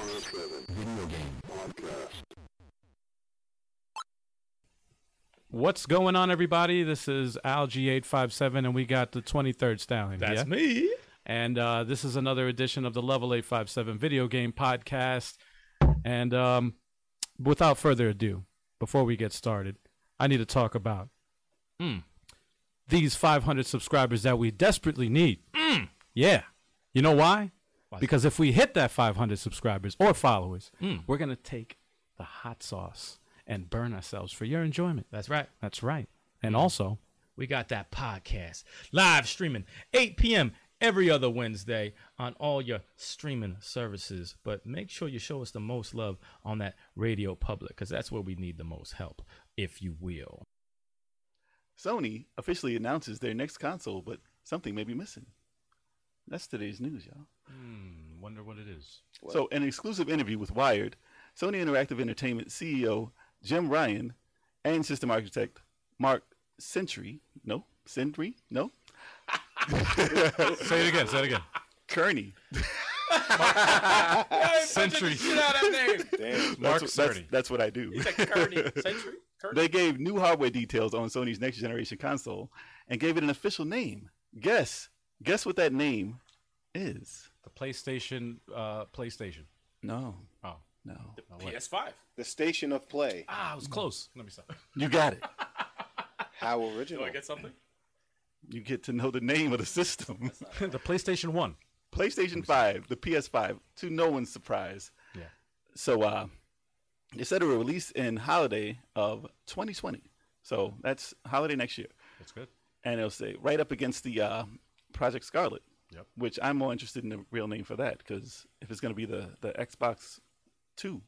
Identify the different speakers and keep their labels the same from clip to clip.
Speaker 1: Video game. Podcast.
Speaker 2: What's going on, everybody? This is Al G857, and we got the 23rd Stallion.
Speaker 3: That's
Speaker 2: yeah?
Speaker 3: me.
Speaker 2: And uh, this is another edition of the Level 857 Video Game Podcast. And um, without further ado, before we get started, I need to talk about these 500 subscribers that we desperately need. Yeah. You know why? Because if we hit that 500 subscribers or followers, we're going to take the hot sauce and burn ourselves for your enjoyment.
Speaker 3: That's right.
Speaker 2: That's right. And also,
Speaker 3: We got that podcast live streaming 8 p.m. every other Wednesday on all your streaming services. But make sure you show us the most love on that Radio Public because that's where we need the most help, if you will.
Speaker 4: Sony officially announces their next console, but something may be missing. That's today's news, y'all.
Speaker 2: Hmm, wonder what it is.
Speaker 4: So, an exclusive interview with Wired, Sony Interactive Entertainment CEO Jim Ryan and system architect Mark Century, no, Century, no,
Speaker 2: Say it again. Say it again.
Speaker 4: Kearney.
Speaker 2: Century.
Speaker 4: Mark that's, that's, that's what I do. They gave new hardware details on Sony's next generation console and gave it an official name. Guess, guess what that name is?
Speaker 2: The PlayStation. Uh, PlayStation.
Speaker 4: No,
Speaker 2: Oh,
Speaker 4: no.
Speaker 5: PS5.
Speaker 6: The station of play.
Speaker 2: ah, I was close. Let me stop.
Speaker 4: You got it.
Speaker 6: How original.
Speaker 5: Do I get something?
Speaker 4: You get to know the name of the system.
Speaker 2: the PlayStation One.
Speaker 4: PlayStation 5, the PS5, to no one's surprise.
Speaker 2: Yeah.
Speaker 4: So uh they said it will release in holiday of 2020. So that's holiday next year.
Speaker 2: That's
Speaker 5: Uh,
Speaker 2: good.
Speaker 4: And it'll say right up against the uh Project Scarlet.
Speaker 2: Yep.
Speaker 4: Which I'm more interested in the real name for that because if it's going to be the the Xbox 2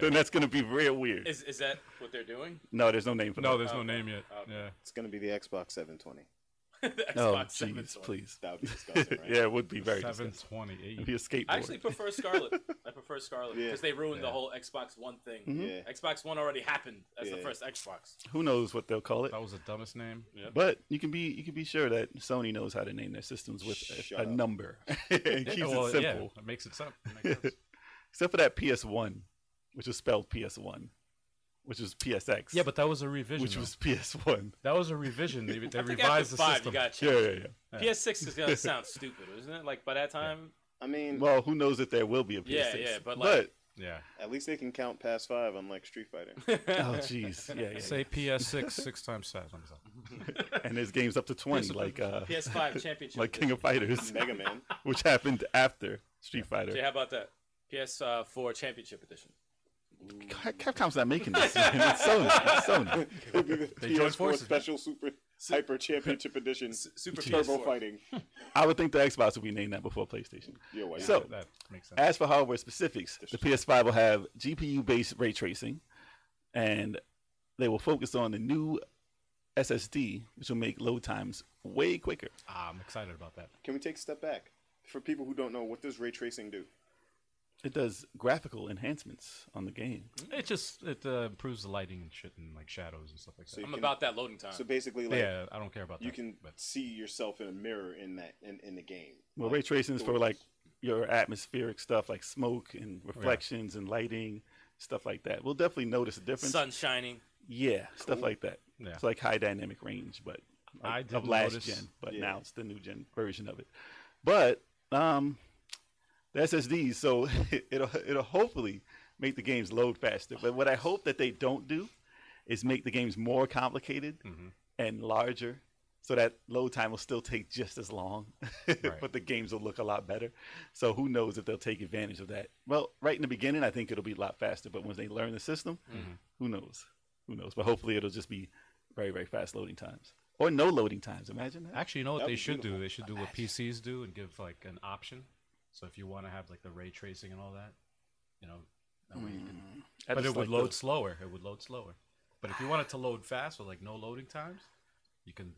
Speaker 4: then that's going to be real weird.
Speaker 5: Is, is that what they're doing?
Speaker 4: no, there's no name for
Speaker 2: No,
Speaker 4: that.
Speaker 2: there's no name yet.
Speaker 5: uh,
Speaker 2: Yeah.
Speaker 6: It's going to be the Xbox 720.
Speaker 4: No,
Speaker 5: Xbox
Speaker 4: Oh, jeez,
Speaker 5: 720.
Speaker 4: please.
Speaker 6: That would be disgusting, right?
Speaker 4: Yeah, it would be very.
Speaker 2: Seven
Speaker 4: Seven.
Speaker 2: twenty-eight.
Speaker 4: Be a skateboard.
Speaker 5: I actually prefer Scarlet. I prefer Scarlet
Speaker 6: Yeah.
Speaker 5: because they ruined the whole Xbox One thing.
Speaker 6: Mhm.
Speaker 5: Xbox One already happened as the
Speaker 6: Yeah.
Speaker 5: first Xbox.
Speaker 4: Who knows what they'll call it?
Speaker 2: That was the dumbest name.
Speaker 4: But you can be you can be sure that Sony knows how to name their systems with a,
Speaker 6: Shut
Speaker 4: a
Speaker 6: up.
Speaker 4: number and keeps it simple.
Speaker 2: it makes it simple. It makes sense.
Speaker 4: Except for that PS1, which was spelled PS1, which was PSX.
Speaker 2: yeah, but that was a revision.
Speaker 4: which
Speaker 2: though.
Speaker 4: was PS1
Speaker 2: that was a revision. They, they
Speaker 5: I think
Speaker 2: revised the
Speaker 5: after five,
Speaker 2: system.
Speaker 5: you got
Speaker 4: Yeah, yeah,
Speaker 5: PS6 is gonna sound stupid, isn't it? Like by that time,
Speaker 6: I
Speaker 4: yeah.
Speaker 6: mean,
Speaker 4: Well, who knows if there will be a PS6?
Speaker 5: Yeah, yeah, but like-
Speaker 2: yeah.
Speaker 6: at least they can count past five, unlike Street Fighter.
Speaker 4: But- oh jeez, yeah, yeah,
Speaker 2: Say PS6 six times seven.
Speaker 4: yeah. And there's games up to 20, like uh,
Speaker 5: PS5 Championship.
Speaker 4: like
Speaker 5: Edition.
Speaker 4: King of Fighters,
Speaker 6: Mega Man.
Speaker 4: which happened after Street Fighter.
Speaker 5: Jay, how about that? PS4 Championship Edition.
Speaker 4: Cap- Capcom's not making this. man. It's Sony. It's Sony.
Speaker 6: Could be the
Speaker 2: joined
Speaker 6: PS4
Speaker 2: forces.
Speaker 6: Special Super Hyper Championship Edition.
Speaker 5: Super
Speaker 6: Turbo
Speaker 5: PS4.
Speaker 6: Fighting.
Speaker 4: I would think the Xbox would be named that before PlayStation.
Speaker 6: Yeah, why
Speaker 4: So-
Speaker 6: not?
Speaker 2: That makes sense.
Speaker 4: As for hardware specifics, the PS5 will have GPU based ray tracing, and they will focus on the new SSD, which will make load times way quicker.
Speaker 2: Ah, I'm excited about that.
Speaker 6: Can we take a step back? For people who don't know, what does ray tracing do?
Speaker 4: It does graphical enhancements on the game.
Speaker 5: Mm.
Speaker 2: It just it uh, improves the lighting and shit and like shadows and stuff like that.
Speaker 6: you
Speaker 5: I'm
Speaker 6: can-
Speaker 5: about that loading time.
Speaker 6: So basically, like,
Speaker 2: Yeah, I don't care about that.
Speaker 6: you can
Speaker 2: but
Speaker 6: see yourself in a mirror in that in, in the game.
Speaker 4: Well, ray tracing is for like your atmospheric stuff, like smoke
Speaker 2: Oh,
Speaker 4: and reflections and lighting, stuff like that. We'll definitely notice a difference.
Speaker 5: Sun shining.
Speaker 4: Yeah, stuff like that.
Speaker 2: Yeah.
Speaker 4: It's like high dynamic range, but
Speaker 2: I
Speaker 4: like, of
Speaker 2: didn't
Speaker 4: last
Speaker 2: notice-
Speaker 4: gen, but
Speaker 6: Yeah.
Speaker 4: now it's the new gen version of it. But um, the SSDs, so it'll it'll hopefully make the games load faster. But what I hope that they don't do is make the games more complicated
Speaker 2: Mm-hmm.
Speaker 4: and larger, so that load time will still take just as long, but the games will look a lot better. So who knows if they'll take advantage of that? Well, right in the beginning, I think it'll be a lot faster. But once they learn the system,
Speaker 2: Mm-hmm.
Speaker 4: who knows? Who knows? But hopefully, it'll just be very very fast loading times or no loading times. Imagine that.
Speaker 2: actually, you know what
Speaker 6: That
Speaker 2: they
Speaker 6: was
Speaker 2: should do?
Speaker 6: beautiful.
Speaker 2: They should do what PCs do and give like an option. So if you want to have like the ray tracing and all that, you know, that way you can.
Speaker 4: I
Speaker 2: But
Speaker 4: just
Speaker 2: it would
Speaker 4: like
Speaker 2: load
Speaker 4: the-
Speaker 2: slower. It would load slower. But if you want it to load fast with like no loading times, you can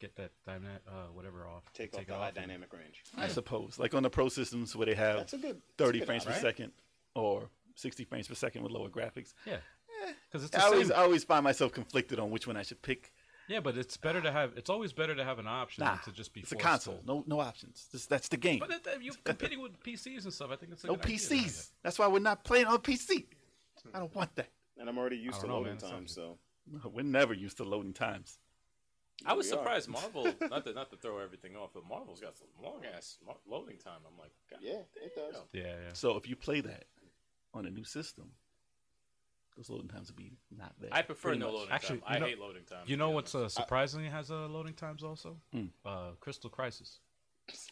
Speaker 2: get that dyna- uh, whatever off.
Speaker 6: Take, off
Speaker 2: it
Speaker 6: the high
Speaker 2: and-
Speaker 6: dynamic range.
Speaker 4: I suppose, like on the pro systems where they have
Speaker 6: That's a good. that's a
Speaker 4: 30
Speaker 6: good
Speaker 4: frames per
Speaker 6: option.
Speaker 4: second or 60 frames per second with lower graphics.
Speaker 6: Eh.
Speaker 2: Yeah, because it's
Speaker 4: I
Speaker 2: the
Speaker 4: always,
Speaker 2: same.
Speaker 4: I always find myself conflicted on which one I should pick
Speaker 2: Yeah, but it's better to have. It's always better to have an option
Speaker 4: Nah,
Speaker 2: than to just be.
Speaker 4: it's a
Speaker 2: forced to-
Speaker 4: console. No, no options. This, that's the game.
Speaker 2: But that, that- you're competing with PCs and stuff. I think it's a
Speaker 4: No
Speaker 2: good idea.
Speaker 4: PCs. That's why we're not playing on PC. I don't want that.
Speaker 6: And I'm already used
Speaker 2: I
Speaker 6: to
Speaker 2: don't know,
Speaker 6: loading
Speaker 2: man. That
Speaker 6: time,
Speaker 2: sounds
Speaker 6: so
Speaker 4: We're never used to loading times.
Speaker 7: I was
Speaker 6: we are.
Speaker 7: surprised Marvel. Not to not to throw everything off, but Marvel's got some long ass loading time. I'm like, God,
Speaker 6: yeah, it does.
Speaker 7: damn.
Speaker 2: Yeah, yeah.
Speaker 4: So if you play that on a new system, those loading times will be not there.
Speaker 7: I prefer
Speaker 4: Pretty
Speaker 7: no
Speaker 4: much.
Speaker 7: loading
Speaker 2: Actually,
Speaker 7: time. I
Speaker 2: you know-
Speaker 7: hate loading time.
Speaker 2: You
Speaker 7: to
Speaker 2: know
Speaker 7: be
Speaker 2: what's
Speaker 7: honest.
Speaker 2: uh, surprisingly has uh, loading times also?
Speaker 4: Mm.
Speaker 2: Uh, Crystal Crisis.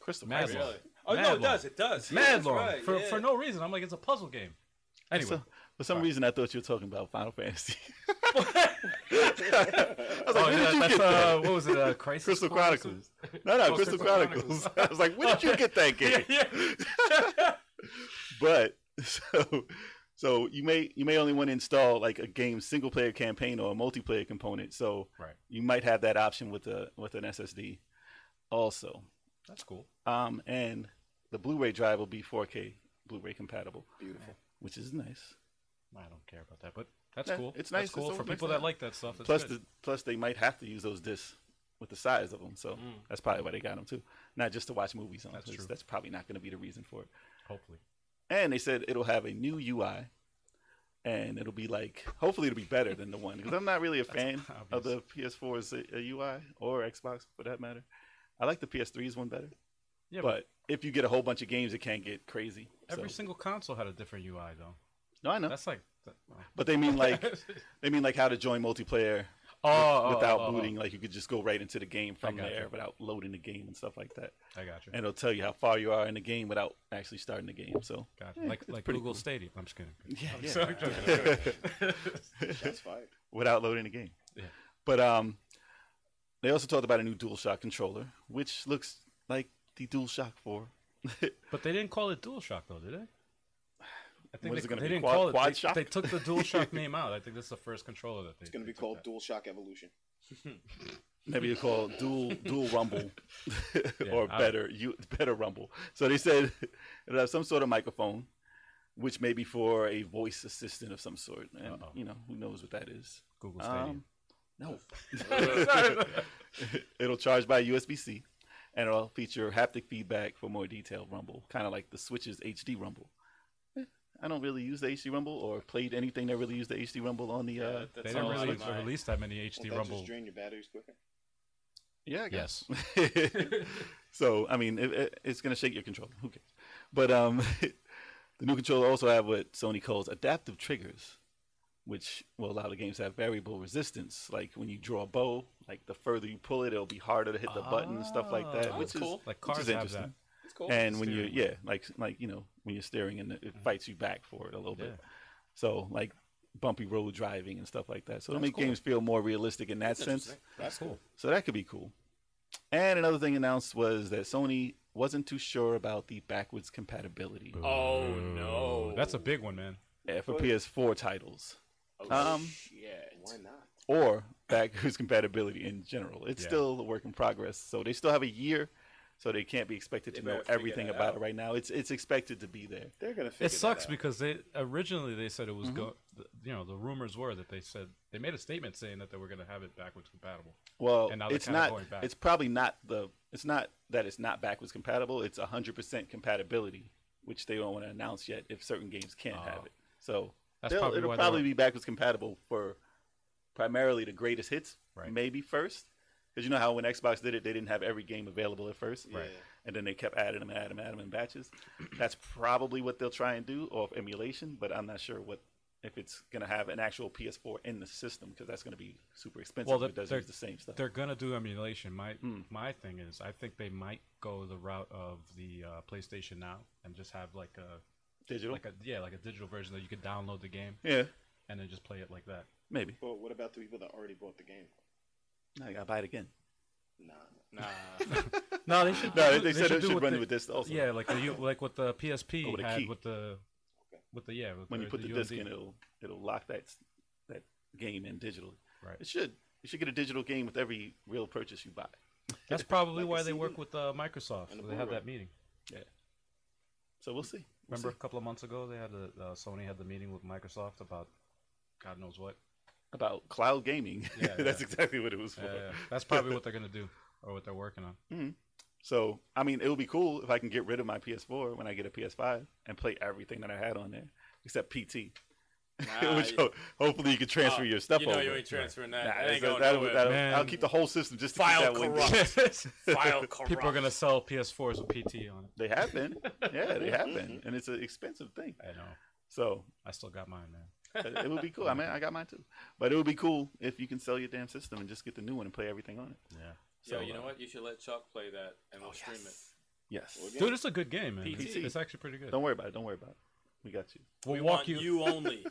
Speaker 4: Crystal
Speaker 2: Mad
Speaker 4: Crisis.
Speaker 2: long.
Speaker 7: Really? Oh
Speaker 2: Mad
Speaker 7: no,
Speaker 2: long.
Speaker 7: it does. It does.
Speaker 2: Mad
Speaker 7: That's
Speaker 2: long
Speaker 7: right,
Speaker 2: for
Speaker 7: yeah.
Speaker 2: for no reason. I'm like, it's a puzzle game. Anyway,
Speaker 4: So, for some reason, I thought you were talking about Final Fantasy. I was like,
Speaker 2: oh,
Speaker 4: where
Speaker 2: yeah,
Speaker 4: did you
Speaker 2: that's
Speaker 4: get that?
Speaker 2: uh, what was it? Uh, Crisis
Speaker 4: Crystal
Speaker 2: Chronicles?
Speaker 4: Chronicles. No, no,
Speaker 2: Oh,
Speaker 4: Crystal
Speaker 2: Crystal
Speaker 4: Chronicles. I was like, where did you get that game? but so so you may you may only want to install like a game single player campaign or a multiplayer component. So
Speaker 2: Right.
Speaker 4: you might have that option with a with an SSD also.
Speaker 2: That's cool.
Speaker 4: Um, and the Blu-ray drive will be 4K Blu-ray compatible,
Speaker 6: Beautiful.
Speaker 4: which is nice.
Speaker 2: I don't care about that, but that's
Speaker 4: Yeah,
Speaker 2: cool.
Speaker 4: it's nice.
Speaker 2: That's
Speaker 4: It's
Speaker 2: cool
Speaker 4: always
Speaker 2: for
Speaker 4: nice
Speaker 2: people
Speaker 4: to
Speaker 2: that
Speaker 4: have.
Speaker 2: like that stuff. That's
Speaker 4: plus
Speaker 2: good.
Speaker 4: the plus they might have to use those discs with the size of them. So that's probably why they got them too. Not just to watch movies on.
Speaker 2: Mm. That's
Speaker 4: 'cause
Speaker 2: true.
Speaker 4: That's probably not going to be the reason for it.
Speaker 2: hopefully.
Speaker 4: and they said it'll have a new UI, and it'll be like hopefully it'll be better than the one because I'm not really a fan of the PS4's uh, UI or Xbox for that matter. I like the PS3's one better,
Speaker 2: Yeah, but,
Speaker 4: but if you get a whole bunch of games, it can get crazy.
Speaker 2: every
Speaker 4: so-
Speaker 2: single console had a different UI though.
Speaker 4: no, I know,
Speaker 2: That's like. that- oh.
Speaker 4: but they mean like they mean like how to join multiplayer
Speaker 2: oh,
Speaker 4: without
Speaker 2: oh, oh, oh.
Speaker 4: booting. Like you could just go right into the game from
Speaker 2: got
Speaker 4: there
Speaker 2: you.
Speaker 4: without loading the game and stuff like that,
Speaker 2: I got you.
Speaker 4: and it'll tell you how far you are in the game without actually starting the game. So
Speaker 2: Got
Speaker 4: Yeah,
Speaker 2: you. Like
Speaker 4: it's
Speaker 2: like
Speaker 4: pretty
Speaker 2: Google
Speaker 4: cool.
Speaker 2: Stadium. I'm just kidding.
Speaker 4: yeah, yeah.
Speaker 2: So I'm joking.
Speaker 6: That's fine.
Speaker 4: without loading the game.
Speaker 2: Yeah.
Speaker 4: But um, they also talked about a new DualShock controller, which looks like the DualShock 4.
Speaker 2: But they didn't call it DualShock though, did they? I think
Speaker 4: What
Speaker 2: they,
Speaker 4: is it gonna
Speaker 2: they
Speaker 4: be,
Speaker 2: didn't
Speaker 4: quad-
Speaker 2: call it.
Speaker 4: quad
Speaker 2: they,
Speaker 4: shock?
Speaker 2: they took the DualShock name out. I think this is the first controller that they.
Speaker 6: It's gonna
Speaker 2: they
Speaker 6: be
Speaker 2: took
Speaker 6: called
Speaker 2: that.
Speaker 6: Dual Shock Evolution.
Speaker 4: Maybe it's called Dual Dual Rumble, or
Speaker 2: I-
Speaker 4: better you better Rumble. So they said it'll have some sort of microphone, which may be for a voice assistant of some sort, and
Speaker 2: Uh-oh.
Speaker 4: you know who knows what that is.
Speaker 2: Google Stadium.
Speaker 4: Um, no. it'll charge by USB-C, and it'll feature haptic feedback for more detailed Rumble, kind of like the Switch's HD Rumble. Eh, I don't really use the HD Rumble or played anything that really used the HD Rumble on the. Uh,
Speaker 7: That's
Speaker 2: they didn't
Speaker 7: all out of
Speaker 2: really
Speaker 7: my-
Speaker 2: release that many
Speaker 6: Won't
Speaker 2: HD
Speaker 6: that
Speaker 2: Rumble.
Speaker 6: just drain your batteries quicker?
Speaker 4: yeah, I guess.
Speaker 2: Yes.
Speaker 4: so I mean, it, it, it's gonna shake your controller. Who cares? But um, the new controller also have what Sony calls adaptive triggers, which will allow the games to have variable resistance. Like when you draw a bow, like the further you pull it, it'll be harder to hit the button and stuff like that.
Speaker 2: Oh,
Speaker 4: which
Speaker 7: that's cool.
Speaker 4: Is,
Speaker 2: Like
Speaker 4: which
Speaker 2: cars have
Speaker 4: is
Speaker 2: that.
Speaker 4: interesting.
Speaker 7: It's cool.
Speaker 4: And when you
Speaker 2: steering
Speaker 4: yeah, like like you know when you're steering and it it fights you back for it a little bit.
Speaker 2: Yeah.
Speaker 4: So like bumpy road driving and stuff like that. So it'll
Speaker 2: That's
Speaker 4: make
Speaker 2: cool.
Speaker 4: games feel more realistic in that
Speaker 7: That's
Speaker 4: sense.
Speaker 7: interesting.
Speaker 2: That's cool.
Speaker 4: So that could be cool. And another thing announced was that Sony wasn't too sure about the backwards compatibility
Speaker 7: Oh no,
Speaker 2: That's a big one, man.
Speaker 4: eh, for PS4 titles
Speaker 7: Oh,
Speaker 4: um,
Speaker 7: shit.
Speaker 6: Why not?
Speaker 4: or backwards compatibility in general. It's
Speaker 2: Yeah.
Speaker 4: still a work in progress. So they still have a year, so they can't be expected
Speaker 7: They
Speaker 4: to know
Speaker 7: better figure
Speaker 4: everything
Speaker 7: that
Speaker 4: about it
Speaker 7: out.
Speaker 4: right now. It's it's expected to be there.
Speaker 6: They're gonna figure
Speaker 2: It sucks
Speaker 6: that out.
Speaker 2: because they originally they said it was go. th- You know, the rumors were that they said they made a statement saying that they were going to have it backwards compatible.
Speaker 4: Well,
Speaker 2: And now they're
Speaker 4: it's
Speaker 2: kinda
Speaker 4: not.
Speaker 2: going back.
Speaker 4: It's probably not the. It's not that it's not backwards compatible. It's hundred percent compatibility, which they don't want to announce yet. If certain games can't have it,
Speaker 2: Oh.
Speaker 4: so
Speaker 2: That's
Speaker 4: they'll-
Speaker 2: probably
Speaker 4: it'll
Speaker 2: why they
Speaker 4: probably
Speaker 2: were-
Speaker 4: be backwards compatible for primarily the greatest hits,
Speaker 2: Right.
Speaker 4: maybe first, because you know how when Xbox did it, they didn't have every game available at first,
Speaker 6: Right. Yeah.
Speaker 4: And then they kept adding them, and adding them, adding them in batches. That's probably what they'll try and do, or emulation. But I'm not sure what if it's going to have an actual PS4 in the system because that's going to be super expensive.
Speaker 2: Well,
Speaker 4: if
Speaker 2: they're-
Speaker 4: it doesn't
Speaker 2: they're-
Speaker 4: use the same stuff.
Speaker 2: They're gonna do emulation. My
Speaker 4: Hmm.
Speaker 2: my thing is, I think they might go the route of the uh, PlayStation Now and just have like a
Speaker 4: Digital.
Speaker 2: like a yeah like a digital version that you could download the game
Speaker 4: Yeah,
Speaker 2: and then just play it like that.
Speaker 4: maybe.
Speaker 6: But what about the people that already bought the game?
Speaker 4: Now I gotta buy it again.
Speaker 6: Nah.
Speaker 2: No, they should.
Speaker 4: No, they- they said it should run
Speaker 2: the-
Speaker 4: with this also.
Speaker 2: Yeah, like the U- like what the PSP
Speaker 4: Oh, with a
Speaker 2: had
Speaker 4: key.
Speaker 2: with the with the yeah with
Speaker 4: When you put the, disc
Speaker 2: USB.
Speaker 4: in, it'll it'll lock that that game in digitally.
Speaker 2: Right.
Speaker 4: It should. You should get a digital game with every real purchase you buy.
Speaker 2: That's probably
Speaker 6: Like a
Speaker 2: why they
Speaker 6: CD.
Speaker 2: work with uh, Microsoft.
Speaker 6: And a
Speaker 2: they have
Speaker 6: Blu-ray.
Speaker 2: that meeting.
Speaker 4: Yeah. So we'll see. We'll
Speaker 2: Remember a couple of months ago, they had the uh, Sony had the meeting with Microsoft about God knows what.
Speaker 4: about cloud gaming.
Speaker 2: Yeah,
Speaker 4: That's
Speaker 2: yeah.
Speaker 4: exactly what it was for.
Speaker 2: Yeah, yeah. That's probably what they're gonna do or what they're working on.
Speaker 4: So, I mean, it would be cool if I can get rid of my PS4 when I get a PS5 and play everything that I had on there except PT,
Speaker 7: Nah,
Speaker 4: which
Speaker 7: you-
Speaker 4: ho- hopefully you can transfer your stuff
Speaker 7: you know
Speaker 4: over.
Speaker 7: you ain't transferring that.
Speaker 4: Nah,
Speaker 7: that ain't
Speaker 4: it's-
Speaker 7: going
Speaker 4: that'll-
Speaker 7: nowhere.
Speaker 4: that'll-
Speaker 2: man.
Speaker 4: I'll keep the whole system just to keep
Speaker 7: File
Speaker 4: that window.
Speaker 7: corrupt. File corrupt.
Speaker 2: People are gonna sell PS4s with PT on it.
Speaker 4: They have been, yeah, they have been, and it's an expensive thing.
Speaker 2: I know.
Speaker 4: So
Speaker 2: I still got mine, man.
Speaker 4: it it would be cool. I mean, I got mine too, but it would be cool if you can sell your damn system and just get the new one and play everything on it.
Speaker 7: Yo, you
Speaker 4: uh,
Speaker 7: know what? You should let Chuck play that, and
Speaker 5: Oh,
Speaker 7: we'll stream
Speaker 4: Yes.
Speaker 2: Dude, it's a good game, man.
Speaker 7: PT.
Speaker 2: It's actually pretty good.
Speaker 4: Don't worry about it. Don't worry about it. We got you.
Speaker 7: it.
Speaker 2: We'll
Speaker 7: We
Speaker 2: walk
Speaker 7: want
Speaker 2: you.
Speaker 7: you only.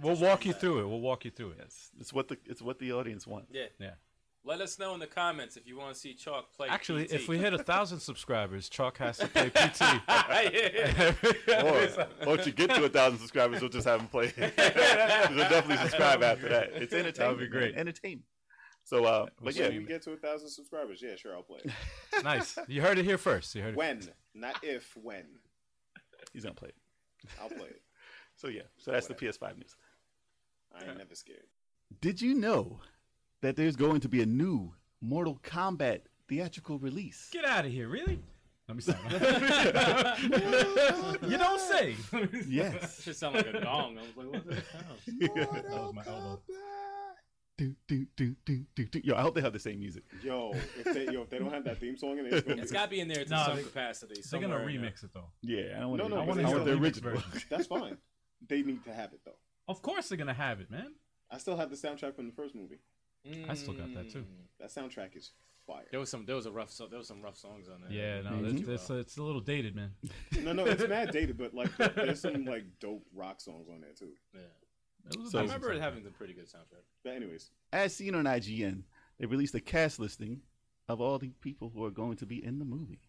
Speaker 2: We'll walk you through it. We'll walk you through it.
Speaker 4: Yes. It's what the it's what the audience wants.
Speaker 7: Yeah.
Speaker 2: Yeah.
Speaker 7: Let us know in the comments if you want to see Chalk play. E
Speaker 2: Actually,
Speaker 7: PT.
Speaker 2: if we hit a thousand subscribers, Chalk has to play PT.
Speaker 4: Or, or to get to a thousand subscribers, we'll just have them play. so definitely subscribe after that. It's entertainment. That would be
Speaker 2: great.
Speaker 4: Entertainment. So, uh, but yeah,
Speaker 6: When we get to a thousand subscribers, yeah, sure, I'll play. it.
Speaker 2: nice. You heard it here first. You heard it.
Speaker 6: When, not if, when.
Speaker 4: he's gonna play it.
Speaker 6: I'll play it.
Speaker 4: So yeah, so that's the PS5 news.
Speaker 6: I ain't never scared.
Speaker 4: Did you know that there's going to be a new Mortal Kombat theatrical release?
Speaker 5: Get out of here, really?
Speaker 2: Let me sign.
Speaker 5: You don't say.
Speaker 4: Yes.
Speaker 7: should sound like a gong. I was like, what the hell?
Speaker 5: that was my elbow.
Speaker 4: do, do, do, do, do, do. Yo, I hope they have the same music.
Speaker 6: Yo, if they yo, if they don't have that theme song in it, it's gonna
Speaker 7: It's
Speaker 6: be,
Speaker 7: got to be in there to
Speaker 5: Nah,
Speaker 7: some
Speaker 5: they-
Speaker 7: capacity.
Speaker 5: They're
Speaker 7: somewhere
Speaker 5: gonna
Speaker 7: in there.
Speaker 5: remix it though.
Speaker 4: Yeah, I don't want
Speaker 6: No, no,
Speaker 4: I
Speaker 6: I
Speaker 4: want
Speaker 6: wanna hear
Speaker 4: the
Speaker 6: the remix
Speaker 4: original.
Speaker 6: that's fine. They need to have it though.
Speaker 5: Of course they're gonna have it, man.
Speaker 6: I still have the soundtrack from the first movie.
Speaker 5: I still got that too.
Speaker 6: That soundtrack is fire.
Speaker 7: There was some. There was a rough. So, there was some rough songs on there.
Speaker 5: Yeah, no,
Speaker 2: Mm-hmm.
Speaker 5: it's, it's, uh, it's a little dated, man.
Speaker 6: No, no, it's mad dated, but like there's some like dope rock songs on there too.
Speaker 7: Yeah.
Speaker 5: It was a
Speaker 4: So-
Speaker 7: I
Speaker 5: decent
Speaker 7: remember it
Speaker 5: song.
Speaker 7: having a pretty good soundtrack.
Speaker 6: But anyways,
Speaker 4: As seen on IGN, they released a cast listing of all the people who are going to be in the movie.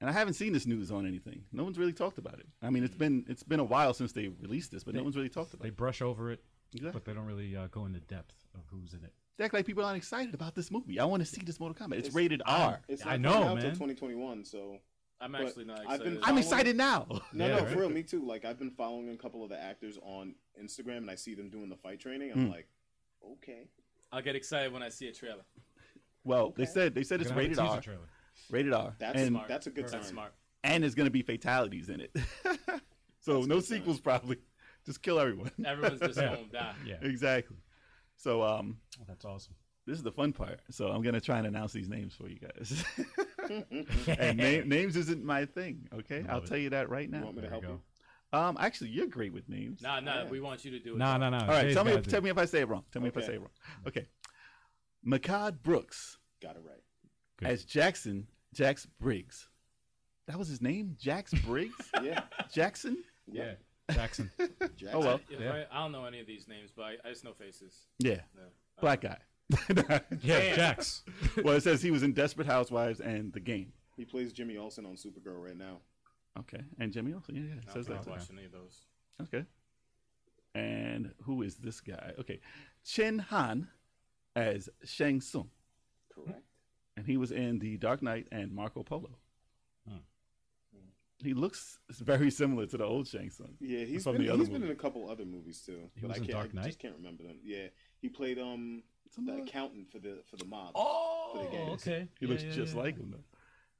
Speaker 4: And I haven't seen this news on anything. No one's really talked about it. I mean, it's been it's been a while since they released this, but no one's really talked about
Speaker 5: They
Speaker 4: it.
Speaker 5: brush over it,
Speaker 4: Exactly.
Speaker 5: but they don't really uh, go into depth of who's in it.
Speaker 4: They act like people aren't excited about this movie. I want to see this Mortal Kombat. It's,
Speaker 6: It's-
Speaker 4: rated R.
Speaker 6: it's
Speaker 5: I
Speaker 6: not
Speaker 5: know,
Speaker 6: coming out
Speaker 5: man.
Speaker 6: till 2021, so
Speaker 7: I'm
Speaker 6: But
Speaker 7: actually not
Speaker 6: I've
Speaker 7: excited.
Speaker 6: been-
Speaker 4: I'm
Speaker 6: following-
Speaker 4: excited now.
Speaker 6: No,
Speaker 5: Yeah,
Speaker 6: no,
Speaker 5: right.
Speaker 6: for real, me too. Like I've been following a couple of the actors on Instagram, and I see them doing the fight training. I'm
Speaker 4: Hmm.
Speaker 6: like, okay,
Speaker 7: I'll get excited when I see a trailer.
Speaker 4: Well, they said they said
Speaker 5: They're
Speaker 4: it's
Speaker 5: gonna have a
Speaker 4: rated
Speaker 5: teaser
Speaker 4: R.
Speaker 5: trailer.
Speaker 4: Rated R.
Speaker 6: that's
Speaker 4: and,
Speaker 7: smart.
Speaker 6: that's a good sign.
Speaker 7: That's smart.
Speaker 4: and there's gonna be fatalities in it. so no sequels probably. Just kill everyone.
Speaker 7: Everyone's just
Speaker 5: Yeah.
Speaker 7: gonna die.
Speaker 5: Yeah,
Speaker 4: exactly. So um
Speaker 5: Oh, that's awesome.
Speaker 4: this is the fun part. So I'm gonna try and announce these names for you guys. and na- names isn't my thing. Okay, I'll
Speaker 5: it.
Speaker 4: tell you that right
Speaker 6: You
Speaker 4: now.
Speaker 6: want me to
Speaker 5: There you go.
Speaker 6: help you?
Speaker 4: Um, actually, you're great with names.
Speaker 7: Nah, nah. We want you to do it.
Speaker 5: No, no, no.
Speaker 4: All right, tell me, if, tell me if I say it wrong. Tell me if I
Speaker 6: Okay.
Speaker 4: say it wrong. Okay, Makad Brooks
Speaker 6: Got it right.
Speaker 5: Good.
Speaker 4: as Jackson Jax Briggs. That was his name, Jax Briggs.
Speaker 6: Yeah,
Speaker 4: Jackson.
Speaker 6: yeah.
Speaker 5: Jackson.
Speaker 6: Jackson.
Speaker 4: Oh well,
Speaker 7: Yeah,
Speaker 5: Yeah.
Speaker 7: right? I don't know any of these names, but I, I just know faces.
Speaker 4: yeah,
Speaker 7: No.
Speaker 4: black guy.
Speaker 5: Yeah, Jax.
Speaker 4: well, it says he was in Desperate Housewives and The Game.
Speaker 6: He plays Jimmy Olsen on Supergirl right now.
Speaker 4: Okay, and Jimmy also. Yeah, yeah, it
Speaker 7: I
Speaker 4: says
Speaker 7: don't
Speaker 4: that.
Speaker 7: think
Speaker 4: too.
Speaker 7: I watched any of those.
Speaker 4: Okay. And who is this guy? Okay. Chen Han as Shang Tsung.
Speaker 6: Correct.
Speaker 4: And he was in The Dark Knight and Marco Polo.
Speaker 5: Hmm.
Speaker 4: He looks very similar to the old Shang Tsung.
Speaker 6: Yeah, he's
Speaker 4: From
Speaker 6: been,
Speaker 4: the other
Speaker 6: he's been
Speaker 4: movie.
Speaker 6: in a couple other movies too.
Speaker 5: He
Speaker 6: but
Speaker 5: was
Speaker 6: I
Speaker 5: in
Speaker 6: can't,
Speaker 5: Dark
Speaker 6: I
Speaker 5: Knight?
Speaker 6: just can't remember them. Yeah, he played um the
Speaker 4: Somebody-
Speaker 6: accountant for the for the mob.
Speaker 5: Oh,
Speaker 6: the games.
Speaker 5: okay.
Speaker 4: He
Speaker 5: Yeah,
Speaker 4: looks
Speaker 5: yeah,
Speaker 4: just
Speaker 5: yeah.
Speaker 4: like him though.